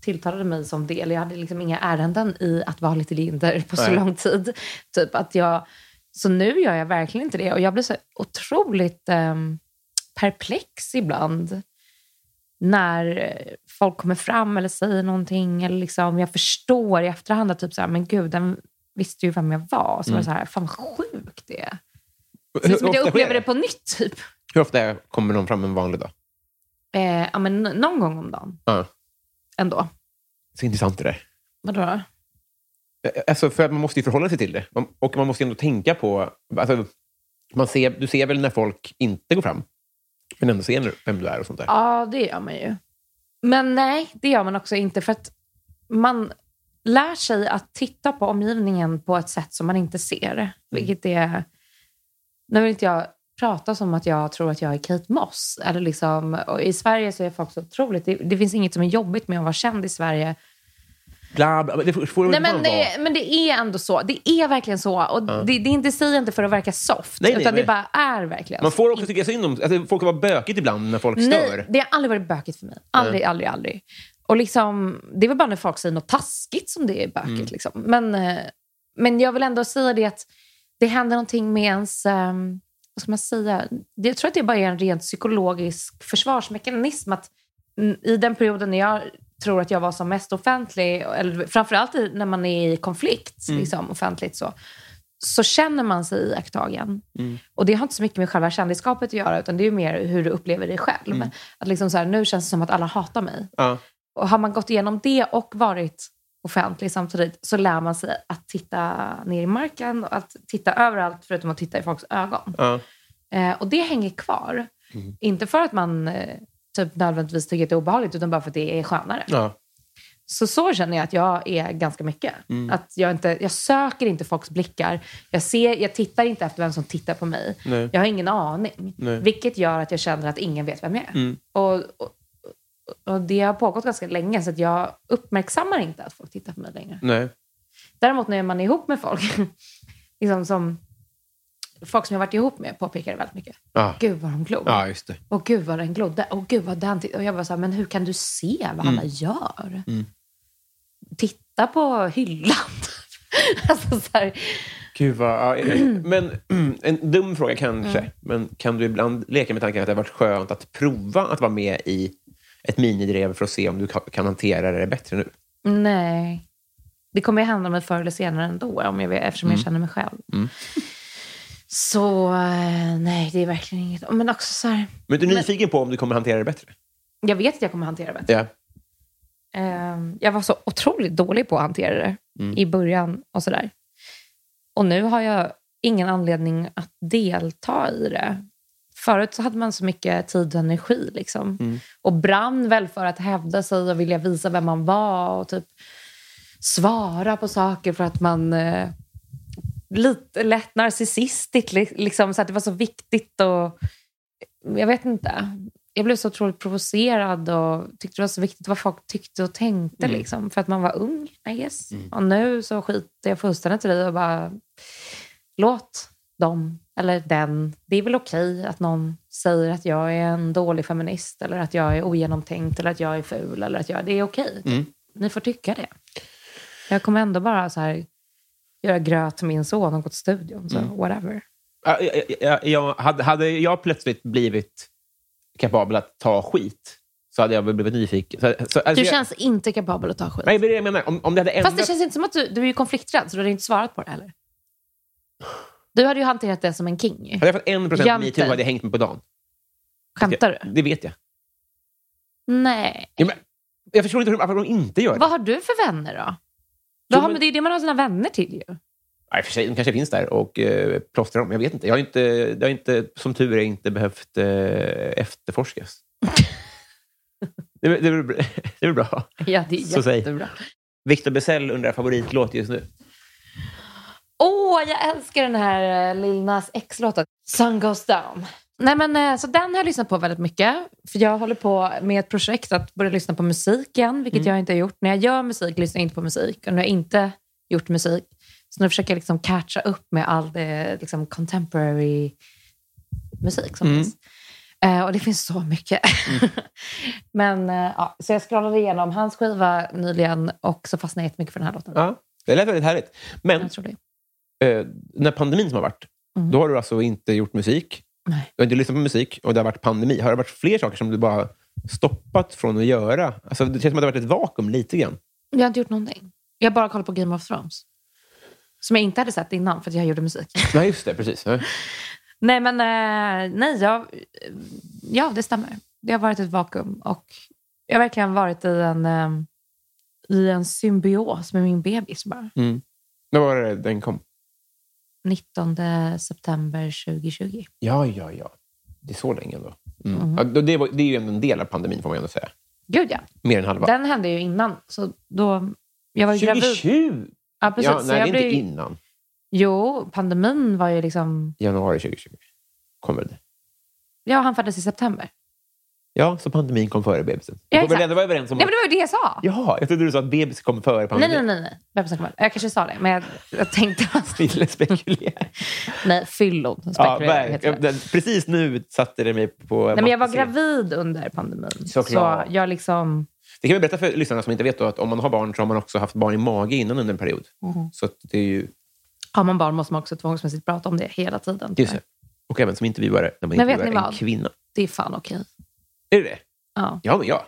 tilltalade mig som det. Eller jag hade liksom inga ärenden i att vara lite linder på så Nej. lång tid. Typ att jag, så nu gör jag verkligen inte det. Och jag blir så otroligt ehm, perplex ibland när eh, folk kommer fram eller säger någonting. Eller liksom, jag förstår i efterhand att typ så här, men gud, den visste ju vem jag var. Så var det så här, fan vad sjukt det är. Det är som att jag upplever det på nytt typ. Hur ofta kommer någon fram en vanlig dag? Eh, ja, men n- någon gång om dagen Ja. ändå. Så intressant det där. Vadå då? Alltså för att man måste ju förhålla sig till det. Man- Och man måste ju ändå tänka på... Alltså, man ser, du ser väl när folk inte går fram, men ändå ser vem du är och sånt där. Ja, det gör man ju. Men nej, det gör man också inte. För att man lär sig att titta på omgivningen på ett sätt som man inte Mm. ser. Vilket är... Nu vill inte jag prata som att jag tror att jag är Kate Moss. Eller liksom, och I Sverige så är folk så otroligt... Det, det finns inget som är jobbigt med att vara känd i Sverige. Bla, bla, det får, får Nej, det men, vara. det, men det är ändå så. Det är verkligen så. Och det, det är inte, säger jag inte för att verka soft, Nej, nej, utan nej. det bara är verkligen Man så. får också tycka synd om... Alltså, folk kan vara bökigt ibland när folk Nej, stör. det har aldrig varit bökigt för mig. Aldrig, aldrig, aldrig. Och liksom, det är väl bara när folk säger något taskigt som det är bökigt. Mm. Liksom. Men, eh, men jag vill ändå säga det att det händer någonting med ens... eh, Vad ska man säga? Det- Jag tror att det bara är en rent psykologisk försvarsmekanism. Att mm, I den perioden när jag tror att jag var som mest offentlig, eller framförallt i- när man är i konflikt Mm. liksom, offentligt, så, så känner man sig iakttagen. Och det har inte så mycket med själva kändisskapet att göra, utan det är ju mer hur du upplever dig själv. Att liksom så här, nu känns det som att alla hatar mig. Ja. Och har man gått igenom det och varit offentlig samtidigt så lär man sig att titta ner i marken och att titta överallt förutom att titta i folks ögon. Ja. Eh, och det hänger kvar. Inte för att man eh, typ nödvändigtvis tycker att det är obehagligt utan bara för att det är skönare. Ja. Så så känner jag att jag är ganska mycket. Mm. Att jag, inte, jag söker inte folks blickar. Jag, ser, jag tittar inte efter vem som tittar på mig. Nej. Jag har ingen aning. Nej. Vilket gör att jag känner att ingen vet vem jag är. Mm. Och, och, och det har pågått ganska länge så att jag uppmärksammar inte att folk tittar på mig längre. Nej. Däremot när man är ihop med folk, [LAUGHS] liksom som folk som jag har varit ihop med påpekar det väldigt mycket. Ja. Gud vad de glor. ja, just det. Och gud vad den glodde. Och gud vad den titt- Och jag bara så här, men hur kan du se vad alla gör? Titta på hyllan. [LAUGHS] alltså så här, Gud vad, ja, [CLEARS THROAT] men, [CLEARS THROAT] en dum fråga kanske, Mm. men kan du ibland leka med tanken att det har varit skönt att prova att vara med i ett minidrev för att se om du ka- kan hantera det bättre nu? nej. Det kommer ju hända mig förr eller senare ändå, om jag, vet- eftersom jag känner mig själv. Så eh, nej, det är verkligen inget. Men också så här, Men du är nyfiken på om du kommer hantera det bättre? jag vet att jag kommer hantera det bättre. Ja. Ehm, Jag var så otroligt dålig på att hantera det i början och sådär. Och nu har jag ingen anledning att delta i det. Förut så hade man så mycket tid och energi liksom. Och brann väl för att hävda sig och vilja visa vem man var och typ svara på saker för att man eh, lite lätt narcissistiskt li- liksom så att det var så viktigt och jag vet inte. Jag blev så otroligt provocerad och tyckte det var så viktigt vad folk tyckte och tänkte. Liksom, för att man var ung, I guess. Och nu så skiter jag fullständigt i det och bara låt dem, eller den. Det är väl okej att någon säger att jag är en dålig feminist eller att jag är ogenomtänkt eller att jag är ful. Eller att jag, det är okej. Ni får tycka det. Jag kommer ändå bara så här, göra gröt till min son och gå till studion. Så whatever. Ja, ja, ja, Jag, hade, hade jag plötsligt blivit kapabel att ta skit så hade jag väl blivit nyfiken. Så, så, alltså, Du jag, känns inte kapabel att ta skit. nej, men det är det jag menar. Om, om det hade Fast det ändrat- känns inte som att du, du är ju konflikträdd, så du har inte svarat på det heller. Du hade ju hanterat det som en king. Hade jag fått en procent Jämte. metoo hade jag hängt mig på dagen. Skämtar du? Det vet jag. Nej. Ja, men, jag förstår inte hur- varför de inte gör det. Vad har du för vänner då? Jo, Vad har, men- men... Det är ju det man har sina vänner till ju. Nej, för sig, de kanske finns där och eh, plåstrar om. Jag vet inte. Jag har inte, jag har inte som tur är, inte behövt eh, efterforskas. [LAUGHS] det, är- det, är väl bra- [LAUGHS] det är väl bra. [LAUGHS] Ja, det är Så säg. jättebra. Victor Bessell undrar favoritlåt just nu. Åh, jag älskar den här eh, Lil Nas X-låten. Sun goes down. Nej, men, eh, så den har jag lyssnat på väldigt mycket. För Jag håller på med ett projekt att börja lyssna på musik igen, vilket jag inte har gjort. När jag gör musik lyssnar jag inte på musik och när jag inte gjort musik. Så nu försöker jag liksom catcha upp med all det liksom contemporary musik som Mm. finns. Eh, och det finns så mycket. [LAUGHS] men, eh, ja, så jag scrollade igenom hans skiva nyligen och så fastnade jag jättemycket för den här låten. Ja, det lät väldigt härligt. Men Jag tror det. eh, den här pandemin som har varit, Mm. då har du alltså inte gjort musik. Nej. Du har inte lyssnat på musik och det har varit pandemi. Har det varit fler saker som du bara stoppat från att göra? Alltså, det känns som att det har varit ett vakuum lite grann. Jag har inte gjort någonting. Jag har bara kollat på Game of Thrones. Som jag inte hade sett innan för att jag gjorde [LAUGHS] musik. Nej, just det. Precis. Ja. nej, men eh, nej, jag, ja, det stämmer. Det har varit ett vakuum och jag har verkligen varit i en, eh, i en symbios med min bebis bara. När var det den kom? 19 september 2020. Ja, ja, ja. Det är så länge då. Mm. Mm. Ja, då- det, var, det är ju ändå en del av pandemin, får man ju ändå säga. Gud ja, Mer än halva. den hände ju innan. Så då, jag var ju gravid. 2020? Ja, precis. Ja, så nej, det jag är inte blev- innan. Jo, pandemin var ju liksom... Januari 2020 kom väl det. Ja, han föddes i september. Ja, så pandemin kom före bebisen. vi får Ja, väl exakt. ändå vara överens om Nej, men det var ju det jag sa! Jaha, jag trodde du sa att bebis kom före Nej, pandemin. nej, nej. nej. Bebisen kommer. Jag kanske sa det, men jag, jag tänkte [LAUGHS] att... Ville spekulera. Nej, fyllon. ja, spekulerar, heter verkligen. det. Precis nu satte det mig på... Nej, men jag var matteserien. gravid under pandemin. Såklart. Så jag liksom... Det kan vi berätta för lyssnarna som inte vet då, att om man har barn så har man också haft barn i mage innan under en period. Mm. Så att det är ju... Har man barn måste man också tvångsmässigt prata om det hela tiden. Just det. Och även som intervjuare, när man Men vet intervjuar en ni vad? kvinna. Det är fan okej. Är det det? Ja. Ja, men ja.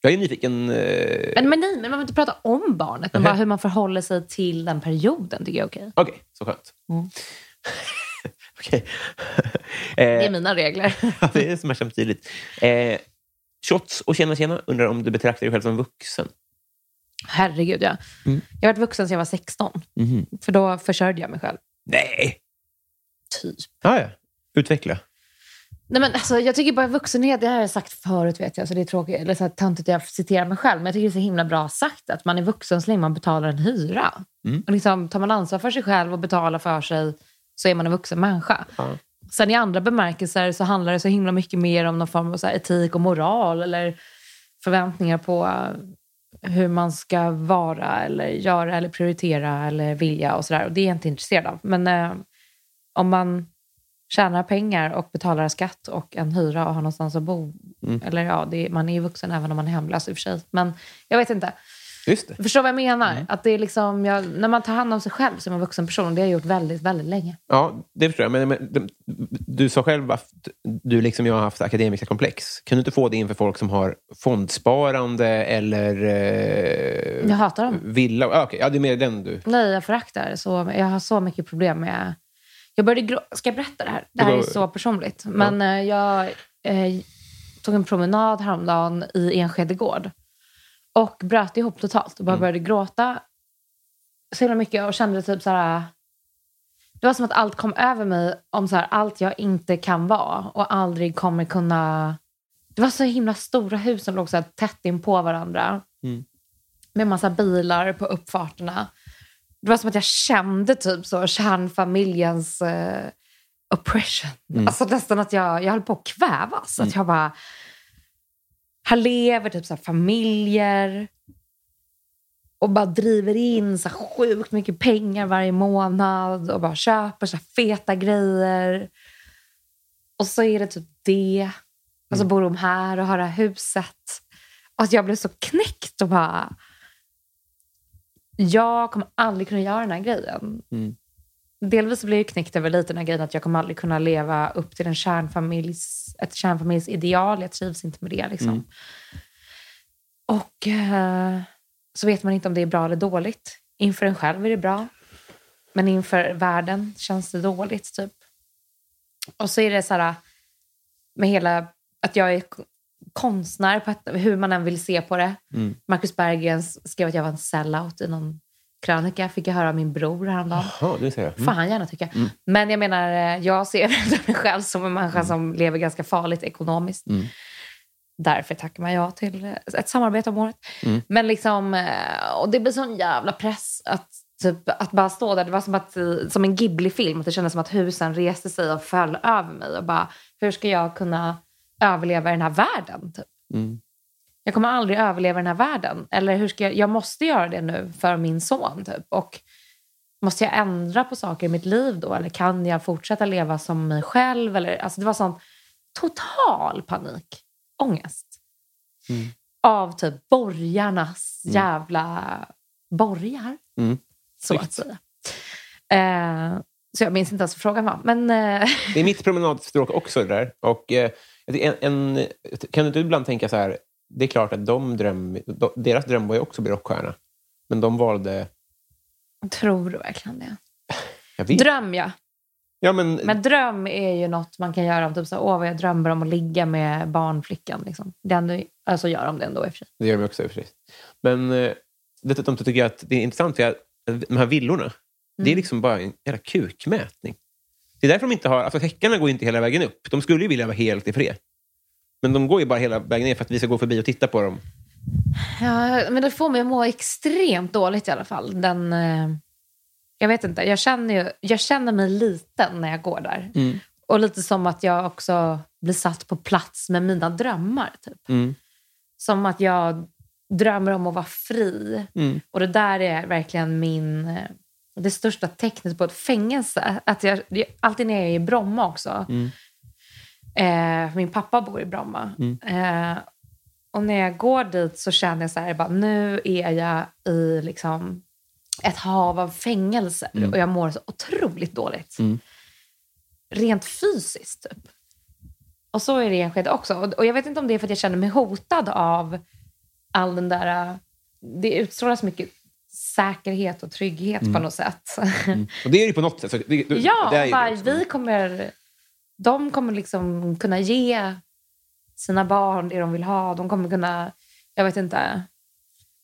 Jag är nyfiken. Eh... Men, men nej, men man behöver inte prata om barnet, men Mhm. bara hur man förhåller sig till den perioden tycker jag är okej. Okej, så skönt. Mm. [LAUGHS] Okej. [LAUGHS] Det är eh, mina regler. [LAUGHS] [LAUGHS] ja, det är smärtsamt tydligt. Eh, shots och tjena tjena undrar om du betraktar dig själv som vuxen. Herregud, ja. Mm. Jag har varit vuxen sedan jag var 16, för då försörjde jag mig själv. Nej! Typ. Ah, ja. Utveckla. Nej, men alltså, jag tycker bara vuxenhet, det här har jag sagt förut vet jag, så det är tråkigt, eller så här töntigt jag citerar mig själv, men jag tycker det är så himla bra sagt att man är vuxen så länge man betalar en hyra. Mm. Och liksom, tar man ansvar för sig själv och betalar för sig så är man en vuxen människa. Ja. Sen i andra bemärkelser så handlar det så himla mycket mer om någon form av så här etik och moral eller förväntningar på eh, hur man ska vara eller göra eller prioritera eller vilja och sådär. Och det är jag inte intresserad av. Men eh, om man tjänar pengar och betalar skatt och en hyra och har någonstans att bo. Mm. Eller ja, det är, man är ju vuxen även om man är hemlös i och för sig. Men jag vet inte. Just det. Förstår vad jag menar? Att det är liksom, jag, när man tar hand om sig själv som en vuxen person, och det har jag gjort väldigt, väldigt länge. Ja, det förstår jag. Men, men de- du sa själv att du liksom jag har haft akademiska komplex. Kan du inte få det inför folk som har fondsparande eller eh, Jag hatar dem. villa? Ah, okej. Ja, det är mer den du... Nej, jag föraktar så. Jag har så mycket problem med... Jag började grå... Ska jag berätta det här? Det här Det är var- så personligt. Men eh, jag eh, tog en promenad häromdagen i Enskede gård och bröt ihop totalt Mm. och bara började gråta så himla mycket och kände typ så här... Det var som att allt kom över mig om så här, allt jag inte kan vara och aldrig kommer kunna... Det var så himla stora hus som låg så här tätt in på varandra Mm. med massa bilar på uppfarterna. Det var som att jag kände typ så kärnfamiljens eh, oppression. Alltså nästan att jag, jag höll på att kvävas. Att jag bara... Här lever typ så här familjer och bara driver in så här sjukt mycket pengar varje månad och bara köper så här feta grejer. Och så är det typ det. Och så bor de här och har det här huset. Och att jag blev så knäckt och bara... Jag kommer aldrig kunna göra den här grejen. Mm. Delvis så blev jag ju knäckt över lite den här grejen att jag kommer aldrig kunna leva upp till en kärnfamiljs, ett kärnfamiljsideal. Jag trivs inte med det. Liksom. Mm. Och eh, så vet man inte om det är bra eller dåligt. Inför en själv är det bra. Men inför världen känns det dåligt typ. Och så är det så här med hela att jag är k- konstnär på ett, hur man än vill se på det. Mm. Marcus Berggren skrev att jag var en sellout i någon krönika. Fick jag höra av min bror häromdagen. Jaha, det ser jag. Mm. Fan han gärna tycker jag. Men jag menar, eh, jag ser [LAUGHS] mig själv som en människa som lever ganska farligt ekonomiskt. Mm. Därför tackar man ja till eh, ett samarbete om året. Mm. Men liksom, eh, och det blir sån jävla press att, typ, att bara stå där. Det var som, att, eh, som en Ghibli-film. Att det kändes som att husen reste sig och föll över mig. Och bara, hur ska jag kunna överleva i den här världen? Typ? Mm. Jag kommer aldrig överleva den här världen. Eller hur ska jag, jag måste göra det nu för min son. Typ. Och måste jag ändra på saker i mitt liv då? Eller kan jag fortsätta leva som mig själv? Eller, alltså det var sån total panik. Ångest. Mm. Av typ borgarnas jävla borgar. Mm. Så att säga. Eh, så jag minns inte ens vad frågan var. Men eh, [LAUGHS] Det är mitt promenadstråk också det där. Och, eh, en, en, kan du inte ibland tänka så här, det är klart att de dröm, de, deras dröm var ju också att bli rockstjärna. Men de valde... tror du verkligen det? Jag vet. Dröm ja. ja, men, Men dröm är ju något man kan göra om typ så här, åh vad jag drömmer om att ligga med barnflickan. Liksom. Det ändå, alltså gör de det ändå i och för sig. Det gör de också i och för sig. Men eh, dessutom så tycker jag att det är intressant, för jag, de här villorna, det Mm. är liksom bara en jävla kukmätning. Det är därför de inte har... Alltså häckarna går ju inte hela vägen upp. De skulle ju vilja vara helt i fred. Men de går ju bara hela vägen ner för att vi ska gå förbi och titta på dem. Ja, men det får mig att må extremt dåligt i alla fall. Den, eh, jag vet inte, jag känner, ju, jag känner mig liten när jag går där. Mm. Och lite som att jag också blir satt på plats med mina drömmar. Typ. Mm. Som att jag drömmer om att vara fri. Mm. Och det där är verkligen min, eh, det största tecknet på ett fängelse. Att jag, det- alltid när jag är i Bromma också. Mm. Eh, min pappa bor i Bromma. Mm. Eh, och när jag går dit så känner jag så här, bara, nu är jag i liksom ett hav av fängelser Mm. och jag mår så otroligt dåligt. Mm. Rent fysiskt typ. Och så är det i Enskede också. Och, och jag vet inte om det är för att jag känner mig hotad av all den där... eh, Det utstrålas mycket säkerhet och trygghet på något sätt. Och det är ju på något sätt. Så det, det- ja, Mm. det är ju bara, också. vi kommer... De kommer liksom kunna ge sina barn det de vill ha. De kommer kunna, jag vet inte,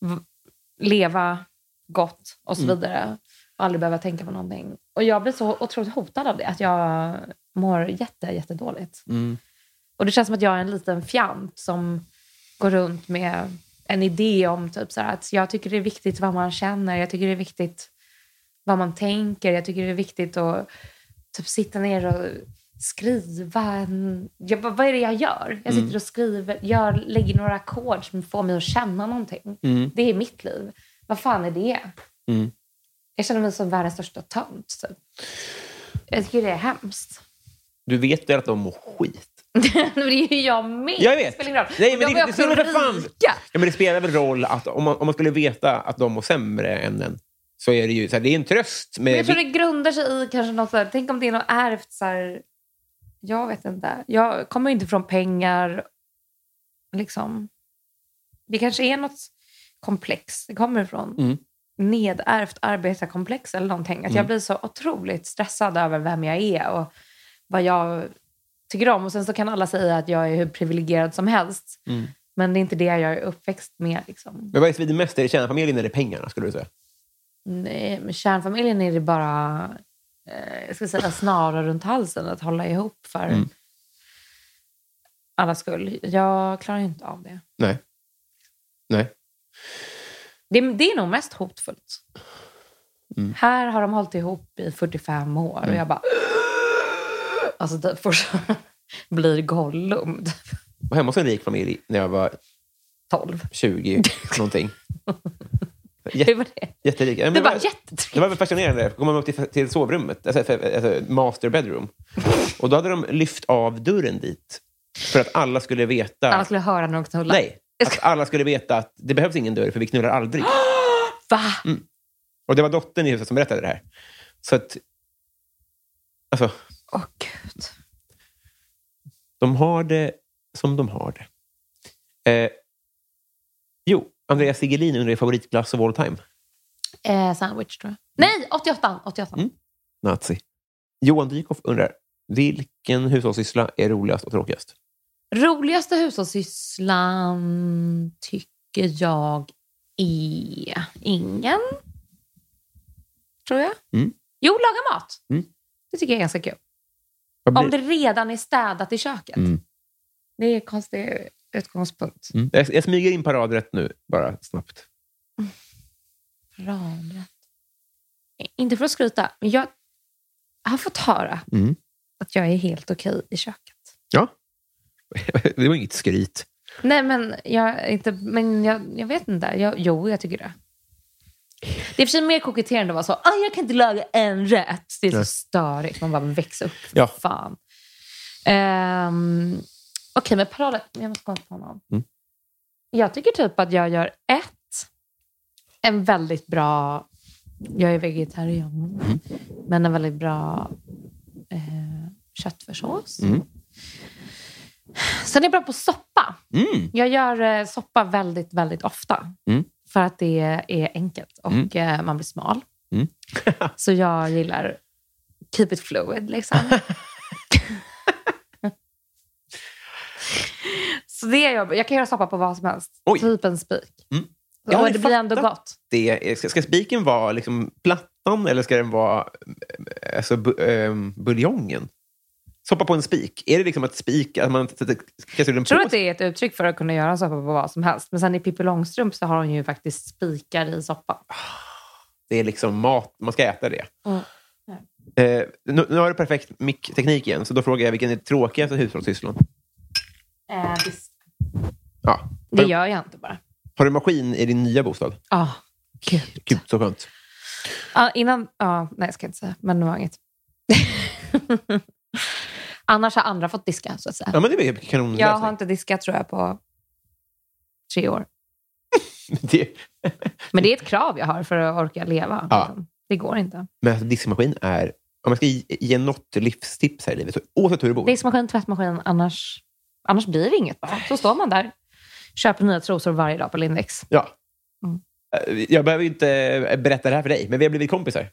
v- leva gott och Mm. så vidare. Och aldrig behöva tänka på någonting. Och jag blir så otroligt hotad av det. Att jag mår jätte, jättedåligt. Mm. Och det känns som att jag är en liten fjant som går runt med en idé om typ så här, att jag tycker det är viktigt vad man känner, jag tycker det är viktigt vad man tänker, jag tycker det är viktigt att typ sitta ner och skriva. En, ja, vad vad är det jag gör? Jag Mm. sitter och skriver, jag lägger några ackord som får mig att känna någonting. Mm. Det är mitt liv. Vad fan är det? Mm. Jag känner mig som världens största tönt. Typ. Jag tycker det är hemskt. Du vet ju att de mår skit. [LAUGHS] Men det är ju jag med. Jag vet. Det spelar ingen roll. Nej, men Och de det- är det också spelar för fan- rika. Ja, men det spelar väl roll att om man, om man skulle veta att de mår sämre än en så är det ju så här, det är en tröst. Med, Men jag tror det grundar sig i kanske något så här, tänk om det är något ärvt så här, jag vet inte. Jag kommer inte från pengar. Liksom. Det kanske är något komplex. Det kommer från Mm. nedärvt arbetarkomplex eller någonting. Att jag blir så otroligt stressad över vem jag är och vad jag tycker om. Och sen så kan alla säga att jag är hur privilegierad som helst. Mm. Men det är inte det jag är uppväxt med. Liksom. Men vad är det som svider mest? Är det kärnfamiljen eller pengarna? skulle du säga? Nej, men kärnfamiljen är det bara eh, jag ska säga, snarare runt halsen att hålla ihop för Mm. alla skull. Jag klarar ju inte av det. Nej. Nej. det. Det är nog mest hotfullt. Mm. Här har de hållit ihop i 45 år och jag bara... Alltså, typ först blir Gollum typ var hemma hos en rik familj när jag var 12. [LAUGHS] 20 någonting. Hur Jätte, var det? jätterik. Ja, men Det var det, var, det jättetrevligt. var väl fascinerande. Kom man upp till, till sovrummet, alltså, för- alltså master bedroom, och då hade de lyft av dörren dit för att alla skulle veta... Alla skulle höra när de knullade. Nej, att alla skulle veta att det behövs ingen dörr för vi knullar aldrig. Va? Mm. Och det var dottern i huset som berättade det här. Så att... Alltså, Åh, gud. de har det som de har det. Eh, jo, Andreas Sigelin undrar favoritglass of all time. Eh, sandwich, tror jag. Nej, 88. 88. Mm. Nazi. Johan Dykhoff undrar, vilken hushållssyssla är roligast och tråkigast? Roligaste hushållssysslan tycker jag är ingen. Tror jag. Mm. Jo, laga mat. Mm. Det tycker jag är ganska kul. Vad blir- Om det redan är städat i köket. Mm. Det är en konstig utgångspunkt. Mm. Jag, jag smyger in paradrätt nu, bara snabbt. [LAUGHS] Ramrätt. Inte för att skryta, men jag har fått höra Mm. att jag är helt okej i köket. det var inget skryt. Nej, men jag, är inte, men jag, jag vet inte. Jag, jo, jag tycker det. Det är i och för sig mer koketterande att vara så, ah, jag kan inte laga en rätt. Det är så Nej. störigt. Man bara, men väx upp. Ja. Fan. Um, Okej, men paralet. Jag måste komma på någon. Mm. Jag tycker typ att jag gör ett, en väldigt bra... Jag är vegetarian. Mm. Men en väldigt bra eh, köttfärssås. Mm. Sen är jag bra på soppa. Mm. Jag gör eh, soppa väldigt, väldigt ofta. Mm. För att det är enkelt och eh, man blir smal. Mm. [LAUGHS] så jag gillar keep it fluid. Liksom. [LAUGHS] så det är jag, jag kan göra soppa på vad som helst. Oj. Typ en spik. Mm. Jag Och hade det blir ändå fattat. gott. Det är, ska, ska spiken vara liksom plattan eller ska den vara eh, alltså, bu, ehm, buljongen? Soppa på en spik. Är det liksom att spik... Att man sätter kastrullen Jag tror på? att det är ett uttryck för att kunna göra soppa på vad som helst. Men sen i Pippi Långstrump så har hon ju faktiskt spikar i soppan. Det är liksom mat. Man ska äta det. Mm. Eh, nu, nu har du perfekt mickteknik igen, så då frågar jag vilken är tråkigaste hushållssysslan? Eh, visst. Ja. det Har, du, gör jag inte bara. har du maskin i din nya bostad? Ah, gud. Gud, så skönt. Ja, innan... Ja, nej, jag ska inte säga. Men det var inget. [LAUGHS] Annars har andra fått diska, så att säga. Ja, men det är kanonlösning. jag har inte diskat, tror jag, på tre år. [LAUGHS] Det, Men det är ett krav jag har för att orka leva. Ja. liksom. Det går inte. men alltså, diskmaskin är... Om jag ska ge- ge något livstips här i livet, så oavsett hur det bor. Diskmaskin, tvättmaskin, annars, annars blir det inget bara. Så står man där. Köper nya trosor varje dag på Lindex. Ja. Mm. Eh, Jag behöver ju inte eh, berätta det här för dig, men vi har blivit kompisar.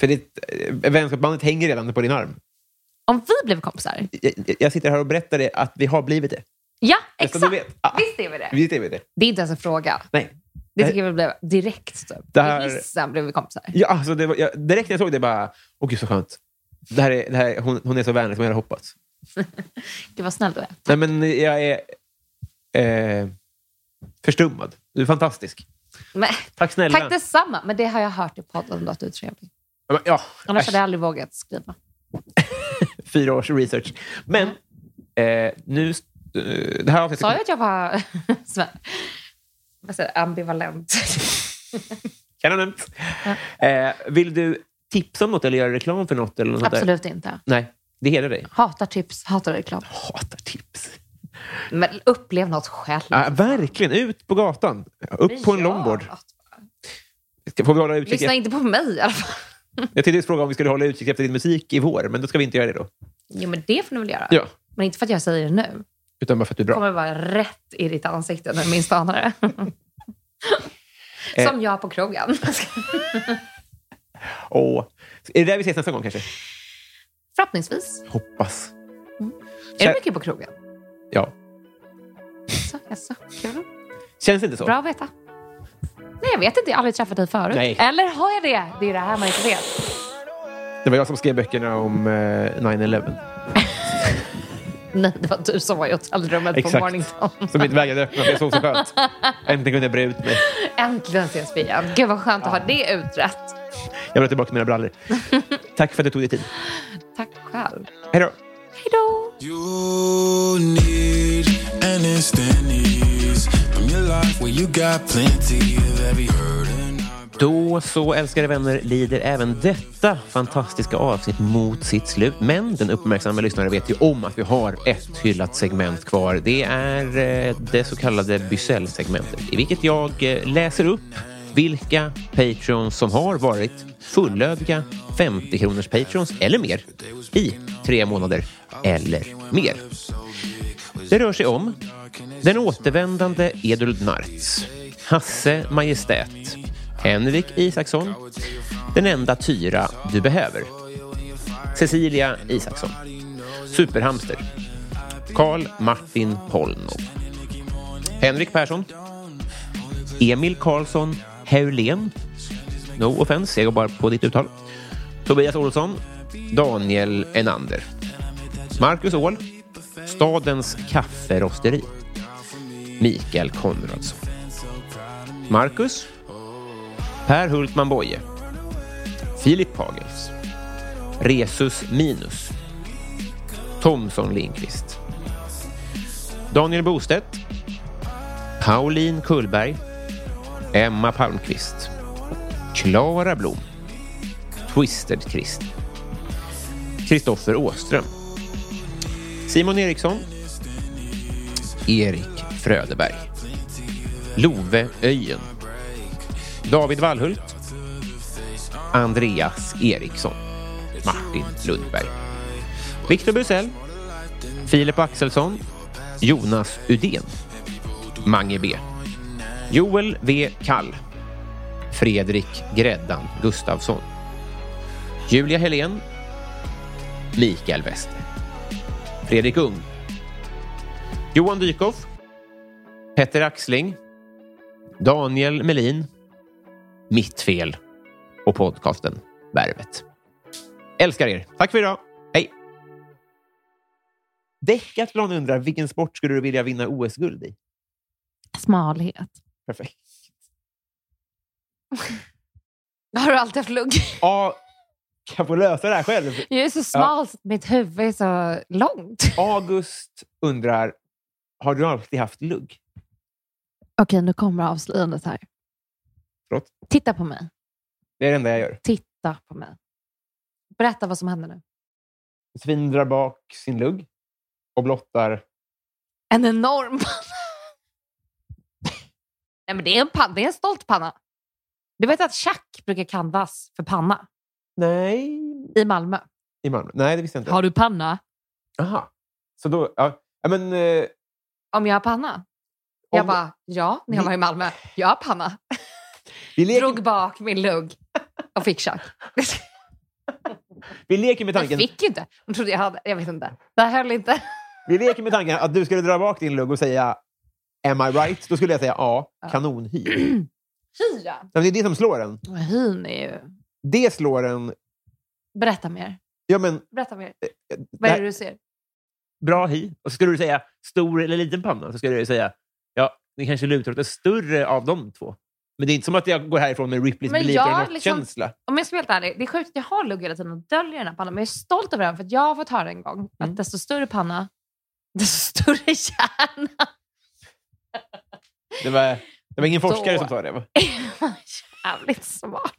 För ditt, eh, vänskapsbandet hänger redan på din arm. Om vi blev kompisar. Jag, jag- jag sitter här och berättar det att vi har blivit det. Ja, Nästan exakt. Du vet. Ah, Visst är vi det. visst är vi det? Det är inte ens en fråga. Nej. Det tycker jag vi blev direkt. Typ. Det här- I hissen blev vi kompisar. Ja, alltså det var, jag, direkt när jag såg det bara, åh gud så skönt. Det här är, det här, är- hon, hon är så vänlig som jag hade hoppats. Gud vad snäll du är. Nej, men jag är eh, förstummad. Du är fantastisk. Men, Tack snälla. Tack detsamma. Men det har jag hört i podden då, att du är trevlig. Ja, men- ja, Annars äsch. hade jag aldrig vågat skriva. fyra års research. Men eh, nu... eh, Det här avsnittet... Sa jag att jag var [LAUGHS] så här- vad säger, [LAUGHS] jag, ambivalent? Kan ha nämnt. Eh, vill du tipsa om något eller göra reklam för något? Eller något sånt där? Absolut inte. Nej, det hedrar dig. Hatar tips, hatar reklam. Hatar tips. Men upplev något själv. Ja, verkligen, ut på gatan. Äh, Upp på en Ja, longboard. att- Ska- Får vi hålla utkik? Lyssna inte på mig i alla fall. Jag tänkte fråga om vi skulle hålla utkik efter din musik i vår, men då ska vi inte göra det då. Jo, men det får ni väl göra. Ja. Men inte för att jag säger det nu. Utan bara för att du är Det bra. kommer vara rätt i ditt ansikte när du [LAUGHS] minst anar det. Eh. Som jag på krogen. Och, är det där vi ses nästa gång kanske? Förhoppningsvis. Hoppas. Är Kär- du mycket på krogen? Ja. Så, jaså, kul. Känns det inte så? Bra att veta. Nej, jag vet inte. Jag har aldrig träffat dig förut. Nej. Eller har jag det? Det är det här man inte vet. Det var jag som skrev böckerna om eh, 9-11. Nej, det var du som var i hotellrummet på Exakt. Mornington. Som inte vägrade öppna, för jag sov så skönt. Äntligen kunde jag bre ut mig. Äntligen ses vi igen. Gud, vad skönt att ha det utrett. Jag vill ha tillbaka mina brallor. Tack för att du tog dig tid. Tack själv. Hej då! Hej då! You need an instant ease from your life where you got plenty of every hurt and heartbreak. Då så, älskade vänner, lider även detta fantastiska avsnitt mot sitt slut. Men den uppmärksamma lyssnaren vet ju om att vi har ett hyllat segment kvar. Det är eh, det så kallade Bysell-segmentet i vilket jag eh, läser upp vilka patrons som har varit fullödiga 50-kronors patrons eller mer i tre månader eller mer. Det rör sig om den återvändande Edul Narts, Hasse Majestät, Henrik Isaksson, Den enda Tyra du behöver, Cecilia Isaksson, Superhamster, Karl Martin Holmov, Henrik Persson, Emil Karlsson Heulén, no offense, jag går bara på ditt uttal, Tobias Olsson, Daniel Enander, Marcus Åhl, Stadens kafferosteri, Mikael Konradsson. Marcus. Per Hultman Boye. Filip Pagels. Resus Minus. Thomson Lindqvist. Daniel Bostedt. Pauline Kullberg. Emma Palmqvist. Klara Blom. Twisted Christ. Kristoffer Åström. Simon Eriksson. Erik Fröderberg. Love Öjen. David Wallhult. Andreas Eriksson. Martin Lundberg. Victor Busell. Filip Axelsson. Jonas Udén. Mange B. Joel V. Kall. Fredrik Gräddan Gustafsson. Julia Helén. Mikael Wester. Fredrik Ung. Johan Dykhoff. Petter Axling. Daniel Melin. Mitt fel och podcasten Värvet. Älskar er. Tack för idag. Hej! Decathlon undrar vilken sport skulle du vilja vinna OS-guld i? Smalhet. Perfekt. Har du alltid haft lugg? Ja, kan jag få lösa det här själv? Jag är så smal så att mitt huvud är så långt. August undrar, har du alltid haft lugg? Okej, nu kommer avslöjandet här. Förlåt? Titta på mig. Det är det enda jag gör. Titta på mig. Berätta vad som hände nu. Josefin drar bak sin lugg och blottar... En enorm [LAUGHS] panna. Nej, men det är en, panna. det är en stolt panna. Du vet att tjack brukar kallas för panna Nej, i Malmö. i Malmö. Nej, det visste jag inte. Har du panna? Aha. Så då... Ja, ja, men, eh, Om jag har panna? Om- Jag bara, ja, när jag var i Malmö. Jag har panna. vi, leker, Drog bak min lugg och fick tjack. vi leker med Jag tanken... fick ju inte. Hon trodde jag hade. Jag vet inte. Det här höll inte. Vi leker med tanken att du skulle dra bak din lugg och säga Am I right? Då skulle jag säga ja, Ja. kanonhy. Nej, Hyra. men Det är det som slår en. Hyn är ju... Det slår en... Berätta mer. Ja, men, Berätta mer. det Vad är här, det du ser? bra hy. Och så skulle du säga stor eller liten panna. Så skulle du säga ja, det kanske lutar åt det större av de två. Men det är inte som att jag går härifrån med Ripleys Men Believer jag Not liksom- känsla Om jag ska vara helt ärlig, det är sjukt att jag har lugg hela tiden och döljer den här pannan. Men jag är stolt över den för att jag har fått höra en gång Mm. att desto större panna, [LAUGHS] desto större [LAUGHS] kärna. Det var, det var ingen Då- forskare som sa det, va? Jävligt smart.